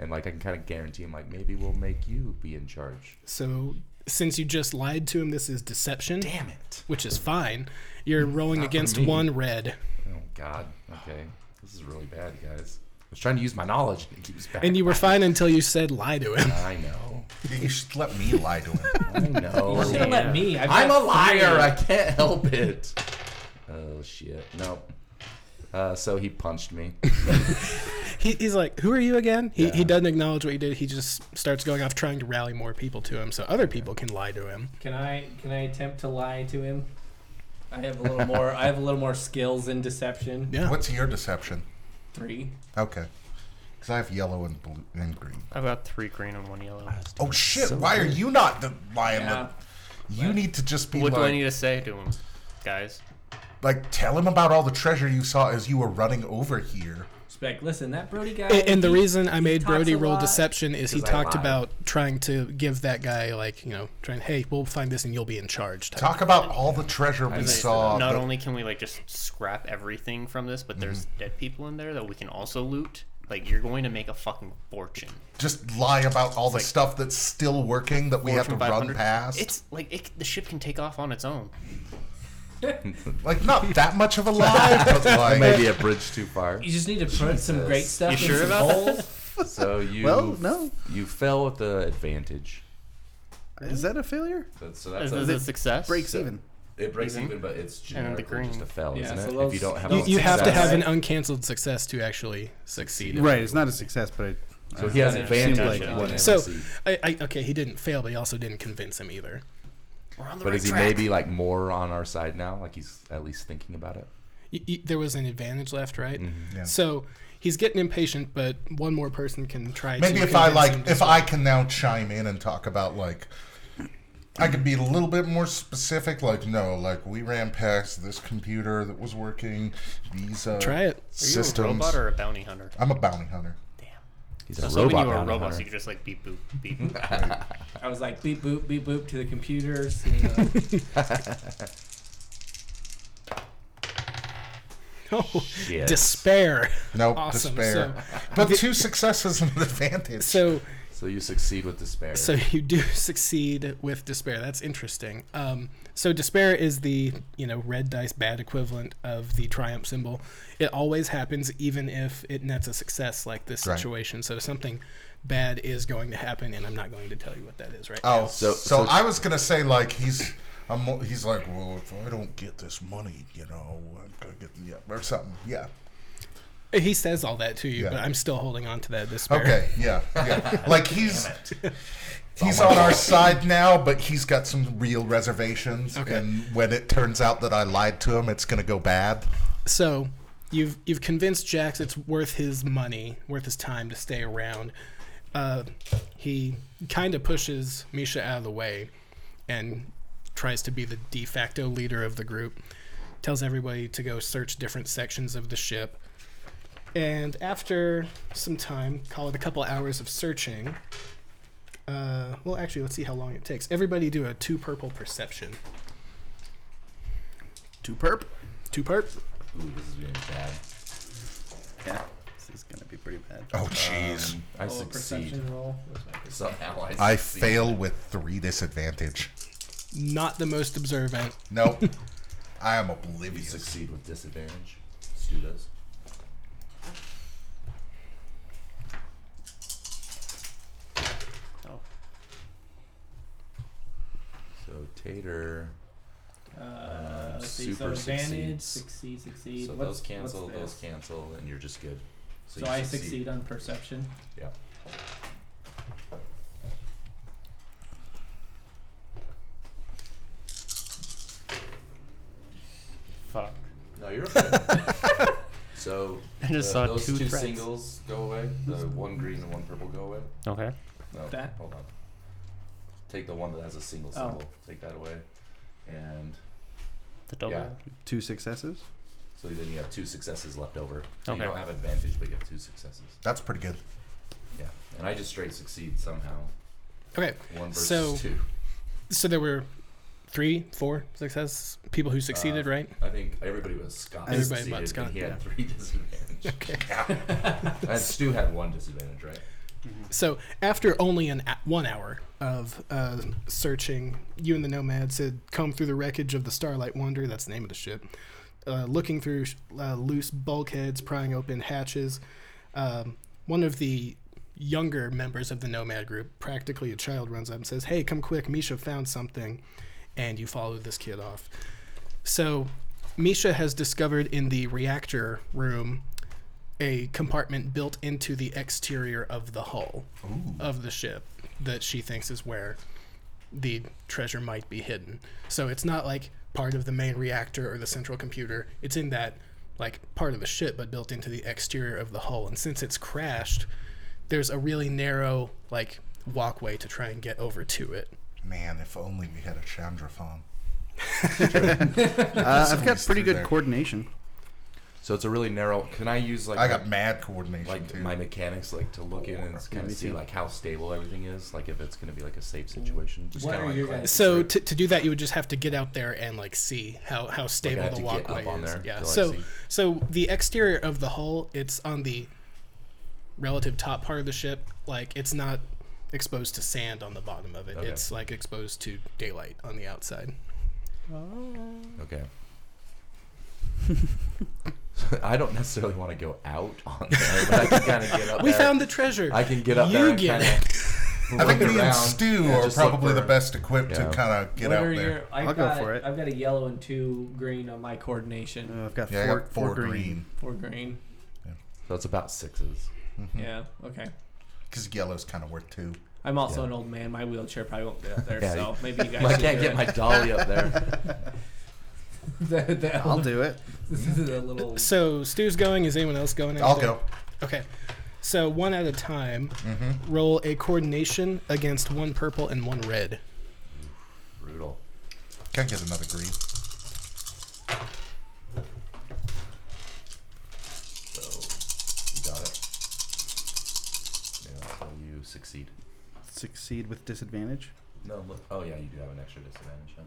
E: and like I can kind of guarantee him like maybe we'll make you be in charge.
C: So since you just lied to him, this is deception,
E: Damn it!
C: which is fine. You're rolling
E: Not for
C: against
E: me.
C: one red.
E: Oh God. Okay, this is really bad, guys. I was trying to use my knowledge, and it keeps back.
C: And you were fine until you said lie to him.
E: I know.
B: You should let me lie to him.
E: I know.
F: Don't let me. I've
E: I'm a
F: got three.
E: liar. I can't help it. Oh shit. No. Uh, so he punched me.
C: He, he's like, "Who are you again?" He, he
E: Yeah.
C: doesn't acknowledge what he did. He just starts going off trying to rally more people to him so other people can lie to him.
F: Can I can I attempt to lie to him? I have a little more. I have a little more skills in deception.
C: Yeah.
B: What's your deception?
F: Three.
B: Okay. Because I have yellow and blue and green.
D: I've got three green and one yellow.
C: Ah,
B: Oh shit! why are you not the lion?
F: Yeah.
B: You need to just be
D: What do I
B: like,
D: need to say to him, guys?
B: like, tell him about all the treasure you saw as you were running over here.
F: Spec. Listen, that Brody guy.
C: And, and the
F: he-
C: reason I made
F: talks
C: Brody
F: a
C: roll
F: lot
C: deception is he
E: 'cause I
C: talked
E: lied.
C: about trying to give that guy like you know trying hey we'll find this and you'll be in charge. type.
B: Talk about all the treasure we
D: Like,
B: saw.
D: not
B: but- Mm-hmm.
D: only can we like just scrap everything from this, but there's dead people in there that we can also loot. Like you're going to make a fucking fortune.
B: Just lie about all the
D: like-
B: stuff that's still working that we have to
D: Fortune
B: run
D: 500.
B: past.
D: It's like it, the ship can take off on its own.
B: like not that much of a lie, but like
E: Maybe a bridge too far.
F: You just need to put some
E: Jesus.
F: great stuff
D: You
F: in
D: sure
F: some
D: about
F: holes.
E: So you
G: Well, no.
E: you fell at the advantage.
G: Is that a failure?
E: That- so
D: Is
E: that's
D: this
E: a,
D: a success?
G: Breaks even.
E: it breaks
D: Mhm.
E: even, but it's
D: And then the
E: generically just a
D: green.
E: fail,
F: Yeah,
E: isn't
F: so
E: it?
F: those-
E: if you don't have
C: You,
E: a
C: you have to
E: success.
C: have an uncancelled success to actually succeed.
G: Right, it's not a success, but it,
E: So he has
D: Yeah.
E: advantage.
D: Seems like
E: on
D: one.
E: the
C: So,
E: NFC.
C: I, I, okay, he didn't fail, but he also didn't convince him either.
D: We're on the
E: but
D: right
E: is he
D: track.
E: maybe like more on our side now? Like he's at least thinking about it.
C: Y- y- there was an advantage left, right?
B: Mm-hmm. Yeah.
C: So he's getting impatient, but one more person can try.
B: maybe
C: to
B: if I
C: convince him
B: like
C: to-
B: if I can now chime in and talk about like I could be a little bit more specific. Like no, like we ran past this computer that was working. These uh,
C: try it.
D: Are you a
B: systems.
D: robot or a bounty hunter?
B: I'm a bounty hunter.
D: Damn.
E: He's
D: So,
E: a
D: so when
E: robot.
D: you were a
E: bounty
D: robot, so
E: hunter.
D: you could just like beep boop beep. boop.
F: I was like beep boop beep boop to the uh, computers. You know.
C: Oh,
E: Shit.
C: despair.
B: No
C: Awesome.
B: despair, but two successes and an advantage.
C: So, so
E: So you succeed with despair.
C: so you do succeed with despair. That's interesting. Um, so despair is the you know red dice bad equivalent of the triumph symbol. It always happens, even if it nets a success like this
B: Right.
C: situation. So something bad is going to happen, and I'm not going to tell you what that is right
B: oh,
C: now.
B: so,
E: So-
B: so
E: so-
B: I was gonna say like he's. I'm, mo- he's like, well, if I don't get this money, you know, I'm gonna get yeah, or something. Yeah.
C: He says all that to you,
B: Yeah.
C: but I'm still holding on to that despair.
B: Okay. Yeah. Yeah. like he's
E: Oh
B: he's on our side now, but he's got some real reservations.
C: Okay.
B: And when it turns out that I lied to him, it's gonna go bad.
C: So you've you've convinced Jax it's worth his money, worth his time to stay around. Uh, he kind of pushes Misha out of the way and tries to be the de facto leader of the group. Tells everybody to go search different sections of the ship. And after some time, call it a couple hours of searching. Uh, well, actually, let's see how long it takes. Everybody do a two purple perception.
G: two perp.
C: Two perp.
E: Ooh, this is being bad.
G: Yeah, this is gonna be pretty bad.
B: Oh, jeez.
E: I
F: Oh,
E: succeed.
F: perception roll. Where's my perception?
E: Somehow I,
B: I
E: succeed.
B: fail with three disadvantage.
C: Not the most observant.
B: Nope. I am
E: You
B: oblivious.
E: succeed with disadvantage. Let's do this.
D: Oh.
E: So Tater. um,
F: Uh, let's see, so
E: Super
F: advantage, succeed,
E: succeeds.
F: succeed.
E: So
F: What's-
E: those cancel,
F: what's
E: those
F: this?
E: cancel, and you're just good.
F: So,
E: you
F: I succeed on perception.
E: Yeah.
D: Fuck.
E: No, you're okay. so
D: I just
E: the-
D: saw
E: those
D: two
E: two
D: threads.
E: singles go away. The one green and one purple go away.
D: Okay.
E: No,
F: That?
E: hold on. Take the one that has a single
F: Oh.
E: symbol. Take that away, and
D: The double.
E: Yeah.
G: Two successes.
E: so then you have two successes left over. So
D: Okay.
E: You don't have advantage, but you have two successes.
B: That's pretty good.
E: Yeah, and I just straight succeed somehow.
C: Okay.
E: One versus
C: So-
E: two.
C: So there were three, four success people who succeeded,
E: Uh,
C: right?
E: I think everybody was Scott.
G: Everybody
E: succeeded,
C: but
E: and
C: Scott,
E: He
C: yeah.
E: had three disadvantage.
C: Okay.
E: and Stu had one disadvantage, right?
C: So after only an a- one hour of uh, searching, you and the nomads had come through the wreckage of the Starlight Wonder. That's the name of the ship. Uh, looking through sh- uh, loose bulkheads, prying open hatches. Um, one of the younger members of the nomad group, practically a child, runs up and says, "Hey, come quick! Misha found something," and you follow this kid off. So, Misha has discovered in the reactor room a compartment built into the exterior of the hull of the ship that she thinks is where the treasure might be hidden. So it's not like part of the main reactor or the central computer. It's in that like part of the ship but built into the exterior of the hull. And since it's crashed, there's a really narrow like walkway to try and get over to it.
B: Man, if only we had a Chandra phone.
G: Uh, I've got
B: Somebody's
G: pretty
B: through
G: good
B: there.
G: coordination.
E: So it's a really narrow. Can I use like
B: I got mad coordination
E: like
B: too.
E: my mechanics like to look in and kind
G: me
E: of see
G: too.
E: like how stable everything is, like if it's gonna be like a safe situation. Just
F: What
E: kinda
F: are
E: like
F: your
E: glance
F: guys'
C: So
E: through.
C: to, to do that, you would just have to get out there and like see how, how stable
E: have
C: the
E: to get up
C: walkway
E: on
C: is.
E: there
C: yeah.
E: to, like,
C: so
E: see.
C: so the exterior of the hull, it's on the relative top part of the ship, like it's not exposed to sand on the bottom of it.
E: Okay.
C: It's like exposed to daylight on the outside.
E: Okay. I don't necessarily want to go out on there, but I can kind of get up
C: We
E: there.
C: found the treasure.
E: I can get up
C: you
E: there and
C: get
E: kind
C: it.
E: of.
B: I think me and Stu are probably the best equipped
E: yeah.
B: to kind of get
F: what
B: out
F: are
B: there.
F: your? I've
G: I'll go
F: got,
G: for it.
F: I've got a yellow and two green on my coordination.
G: Uh, I've got
B: yeah, I
G: four,
B: got four, green.
F: Four green.
E: That's about sixes.
F: Yeah. Okay.
B: Because yellow's kind of worth two.
F: I'm also
E: Yeah.
F: an old man. My wheelchair probably won't get up there,
E: Yeah,
F: so maybe you guys.
E: I
F: should
E: can't
F: do
E: get
F: it.
E: my dolly up there.
F: the, the
G: I'll do it.
F: This is a little.
C: So Stu's going. Is anyone else going?
B: I'll
C: after?
B: go.
C: Okay. So one at a time,
E: Mm-hmm.
C: roll a coordination against one purple and one red.
E: Brutal.
B: Can't get another green.
E: So you got it. Yeah, so you succeed.
G: Succeed with disadvantage.
E: No, look. Oh yeah, you do have an extra disadvantage. Huh?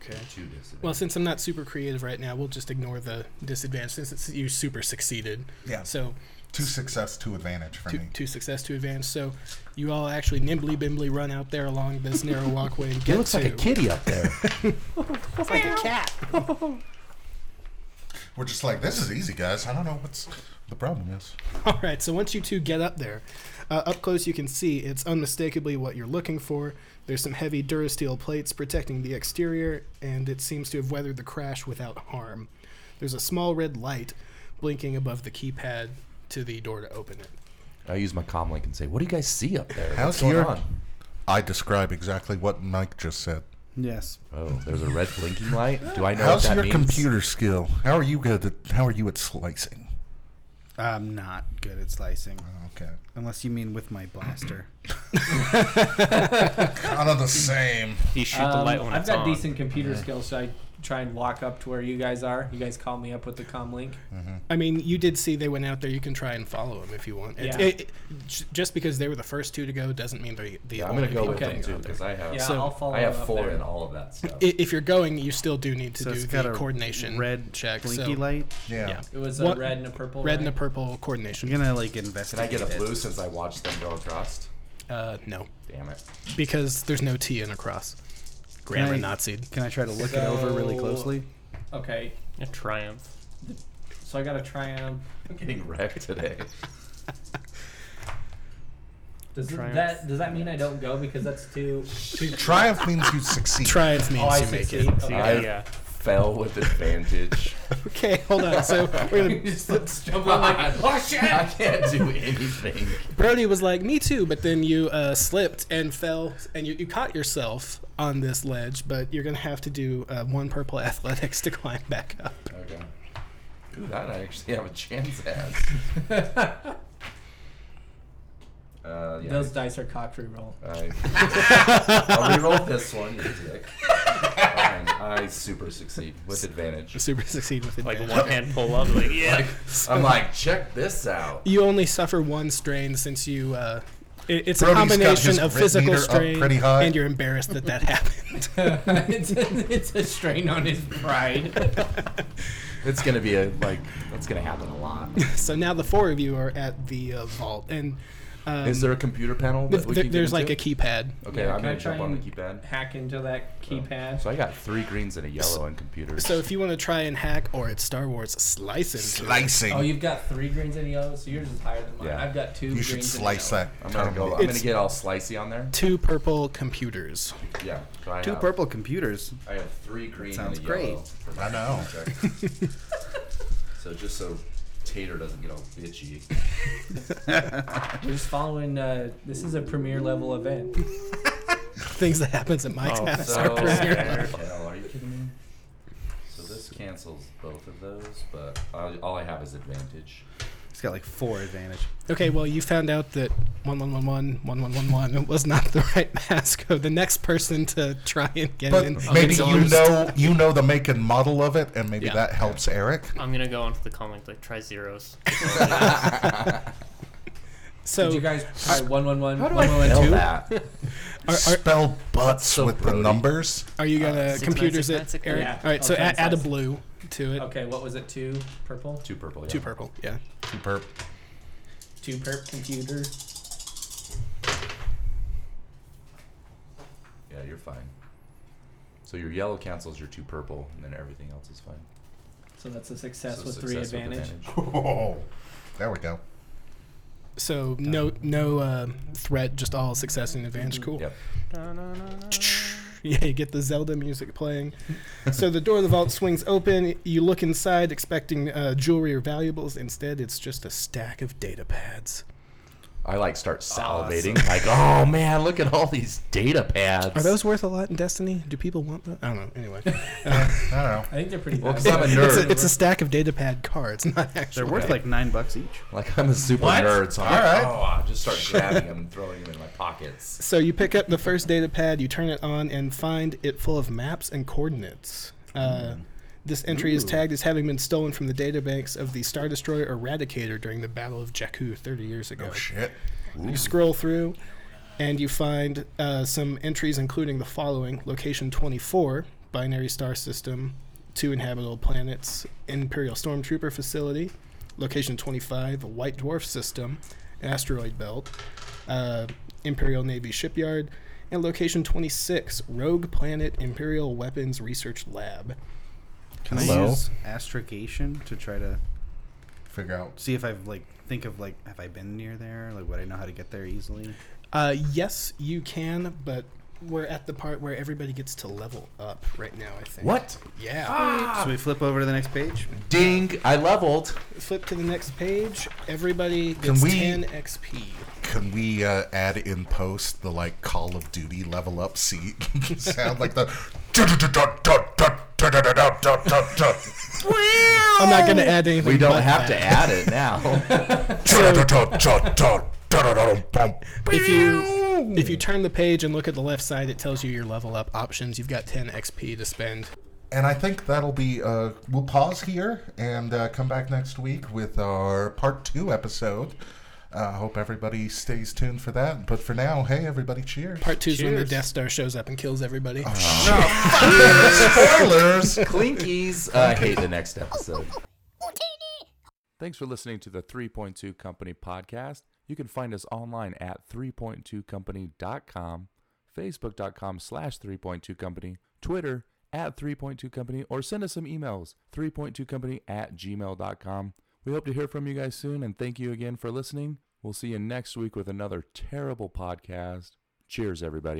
C: Okay.
E: Two disadvantages.
C: Well, since I'm not super creative right now, we'll just ignore the disadvantage since it's, you super succeeded.
B: Yeah.
C: So
B: Two success, two advantage for
C: two,
B: me.
C: two success, two advance. So you all actually nimbly bimbly run out there along this narrow walkway and
E: it
C: get
E: looks
C: to
E: like a kitty up there.
B: We're just like, this is easy, guys. I don't know what's the problem is.
C: All right, so once you two get up there, uh, up close you can see it's unmistakably what you're looking for. There's some heavy Durasteel plates protecting the exterior, and it seems to have weathered the crash without harm. There's a small red light blinking above the keypad to the door to open it.
E: I use my comm link and say, "What do you guys see up there?
B: How's
E: What's going
B: your-
E: on?"
B: I describe exactly what Mike just said.
G: Yes.
E: Oh, there's a red blinking light. Do I know
B: How's
E: what that
B: your
E: means?
B: computer skill? How are you good at, how are you at slicing?
G: I'm not good at slicing.
B: Okay.
G: Unless you mean with my blaster.
B: Kind of the same.
D: You shoot the
F: Um,
D: light when
F: I've
D: it's
F: got
D: on.
F: decent computer skills, so I try and walk up to where you guys are. You guys call me up with the comm link.
C: I mean, you did see they went out there. You can try and follow them if you want. It-
F: Yeah.
C: it- it- j- just because they were the first two to go doesn't mean they're the
E: Yeah, I'm
C: only
E: gonna go
C: people
E: with them
C: going
E: too
C: out there.
E: because I have
F: Yeah,
C: So-
F: I'll follow.
E: I
F: up
E: have four
F: there.
E: in all of that stuff.
C: I- If you're going, you still do need to
G: So
C: do
G: it's
C: the
G: got a
C: coordination
G: red
C: check.
G: Blinky
C: so
G: light.
B: Yeah.
C: Yeah.
F: It was a
C: What-
F: red and a purple.
C: red and a
F: right?
C: purple
G: I'm
C: coordination.
G: gonna like invest.
E: Can I get a blue since I watched them go across?
C: Uh, no.
E: Damn it.
C: Because there's no T in across. Grammar
G: Right.
C: Nazi.
G: Can I try to look it over really
F: So-
G: closely?
F: Okay,
D: A triumph.
F: so I got a triumph.
E: I'm getting wrecked today.
F: Does
D: Triumph.
F: that does that mean I don't go because that's too?
B: Triumph means you succeed.
C: Triumph means
F: Oh, I
C: you make
F: succeed.
C: it.
F: Okay.
E: I
D: yeah.
E: fell with advantage.
C: Okay, hold on. So we're gonna,
F: Just let's jump on my- oh
E: I
F: shit!
E: can't do anything.
C: Brody was like, "Me too," but then you uh, slipped and fell, and you, you caught yourself on this ledge. But you're gonna have to do uh, one purple athletics to climb back up.
E: Okay. Ooh, that I actually have a chance at. Uh, yeah.
F: Those dice are cocked reroll.
E: I, I'll reroll this one, you dick. Fine, I super succeed with advantage.
C: Super succeed with
D: Like
C: advantage.
D: one hand pull up. Like yeah.
E: I'm like, check this out.
C: you only suffer one strain since you. Uh, it, it's
B: Brody's
C: a
B: got his
C: combination of
B: writ
C: physical
B: meter up
C: strain,
B: pretty high.
C: and you're embarrassed that that happened.
F: it's, a, it's a strain on his pride.
E: It's gonna be a like. That's gonna happen a lot.
C: so now the four of you are at the uh, vault, and um,
E: Is there a computer panel? That we
C: There-
E: can get
C: there's like
E: into?
C: a keypad.
E: Okay,
F: Yeah,
E: I'm
F: can I
E: gonna jump
F: try
E: on the
F: and-
E: keypad.
F: Hack into that keypad.
E: So I got three greens and a yellow on computers.
C: So if you want to try and hack, or it's Star Wars, slice into it.
B: Slicing.
F: Oh, you've got three greens and a yellow, so yours is higher than mine.
E: Yeah.
F: I've got two.
B: you
F: greens
B: should
F: and a
B: slice
F: yellow.
B: that.
E: I'm gonna go. I'm
B: combination.
E: gonna get all slicey on there.
C: two purple computers.
E: Yeah. So I
G: Two
E: have,
G: purple computers.
E: I have three green
G: sounds
E: and a
G: great.
E: yellow. For my
B: I know.
E: check. so just so Tater doesn't get all bitchy.
F: We're just following. Uh, this is a premier level event.
C: Things that happens at Mike's house
E: Oh, So
C: are premier.
E: hell, are you kidding me? So this cancels both of those, but I, all I have is advantage.
G: It's got like four advantage.
C: Okay, well you found out that one one one one one one one one was not the right passcode. The next person to try and get
B: But
C: in,
B: maybe
C: gets
B: you
C: used.
B: know you know the make and model of it, and maybe
C: Yeah.
B: that helps Eric.
D: I'm gonna go onto the comic like try zeros.
F: Did you
C: So
F: guys try one one one one
E: I
F: one one two?
E: that?
C: are, are,
B: Spell butts
E: so
B: with
E: Brody.
B: the numbers.
C: are you gonna
D: six nine
C: computers
D: Uh, six nine
C: it,
D: six nine.
C: Eric?
F: Yeah,
C: All right, so
F: I'll try and
C: add, add a
F: slice.
C: blue to it.
F: Okay, what was it? Two purple.
E: Two purple. Yeah.
C: Two purple. Yeah.
B: Two perp.
C: two perp computer.
E: Yeah, you're fine. So your yellow cancels your two purple, and then everything else is fine.
F: So that's a success
E: So
F: with three
E: success with
F: advantage.
B: Oh, there we go.
C: So no no uh, threat, just all success and advantage. Cool.
E: Yep.
C: Yeah, you get the Zelda music playing. so the door of the vault swings open. You look inside, expecting uh, jewelry or valuables. Instead, it's just a stack of data pads.
E: I like start salivating. Like, oh man, look at all these data pads.
C: Are those worth a lot in Destiny? Do people want that? I don't know. Anyway,
B: I don't know.
F: I think they're pretty
E: Well,
F: bad.
E: 'cause I'm a
C: it's,
E: nerd.
C: a, it's a stack of data pad cards, not actually.
G: They're worth like nine bucks each.
E: Like I'm a super
F: What?
E: nerd, so I'm
B: All
E: like,
B: right.
E: oh, I just start grabbing them and throwing them in my pockets.
C: So you pick up the first data pad, you turn it on, and find it full of maps and coordinates. Uh, this entry is tagged as having been stolen from the databanks of the Star Destroyer Eradicator during the Battle of Jakku 30 years ago.
B: Oh, shit.
C: You scroll through, and you find uh, some entries, including the following: location 24, binary star system, two inhabitable planets, Imperial Stormtrooper facility. Location 25, white dwarf system, asteroid belt, uh, Imperial Navy shipyard, and location 26, rogue planet, Imperial weapons research lab.
G: Can
B: Hello?
G: I use astrogation to try to
B: Figure out.
G: see if I've like think of like have I been near there? Like would I know how to get there easily?
C: Uh, yes, you can, but we're at the part where everybody gets to level up right now. I think.
E: What?
C: Yeah.
G: So we flip over to the next page.
E: Ding! I leveled.
C: Flip to the next page. Everybody
B: Can
C: gets
B: we-
C: 10 XP.
B: Can we uh, add in post the like Call of Duty level up seat sound like the?
C: I'm not gonna add anything.
E: We don't
C: but
E: have to
C: that.
E: add it now.
C: If you if you turn the page and look at the left side, it tells you your level up options. You've got 10 XP to spend.
B: And I think that'll be. Uh, we'll pause here and uh, come back next week with our part two episode. I uh, hope everybody stays tuned for that. But for now, hey everybody, cheers!
C: Part two is when the Death Star shows up and kills everybody.
E: Oh,
B: Spoilers.
E: Clinkies. I hate the next episode. Thanks for listening to the 3.2 Company podcast. You can find us online at 3.2company.com, facebook.com slash 3.2company, Twitter at 3.2company, or send us some emails, 3.2company at gmail.com. We hope to hear from you guys soon, and thank you again for listening. We'll see you next week with another terrible podcast. Cheers, everybody.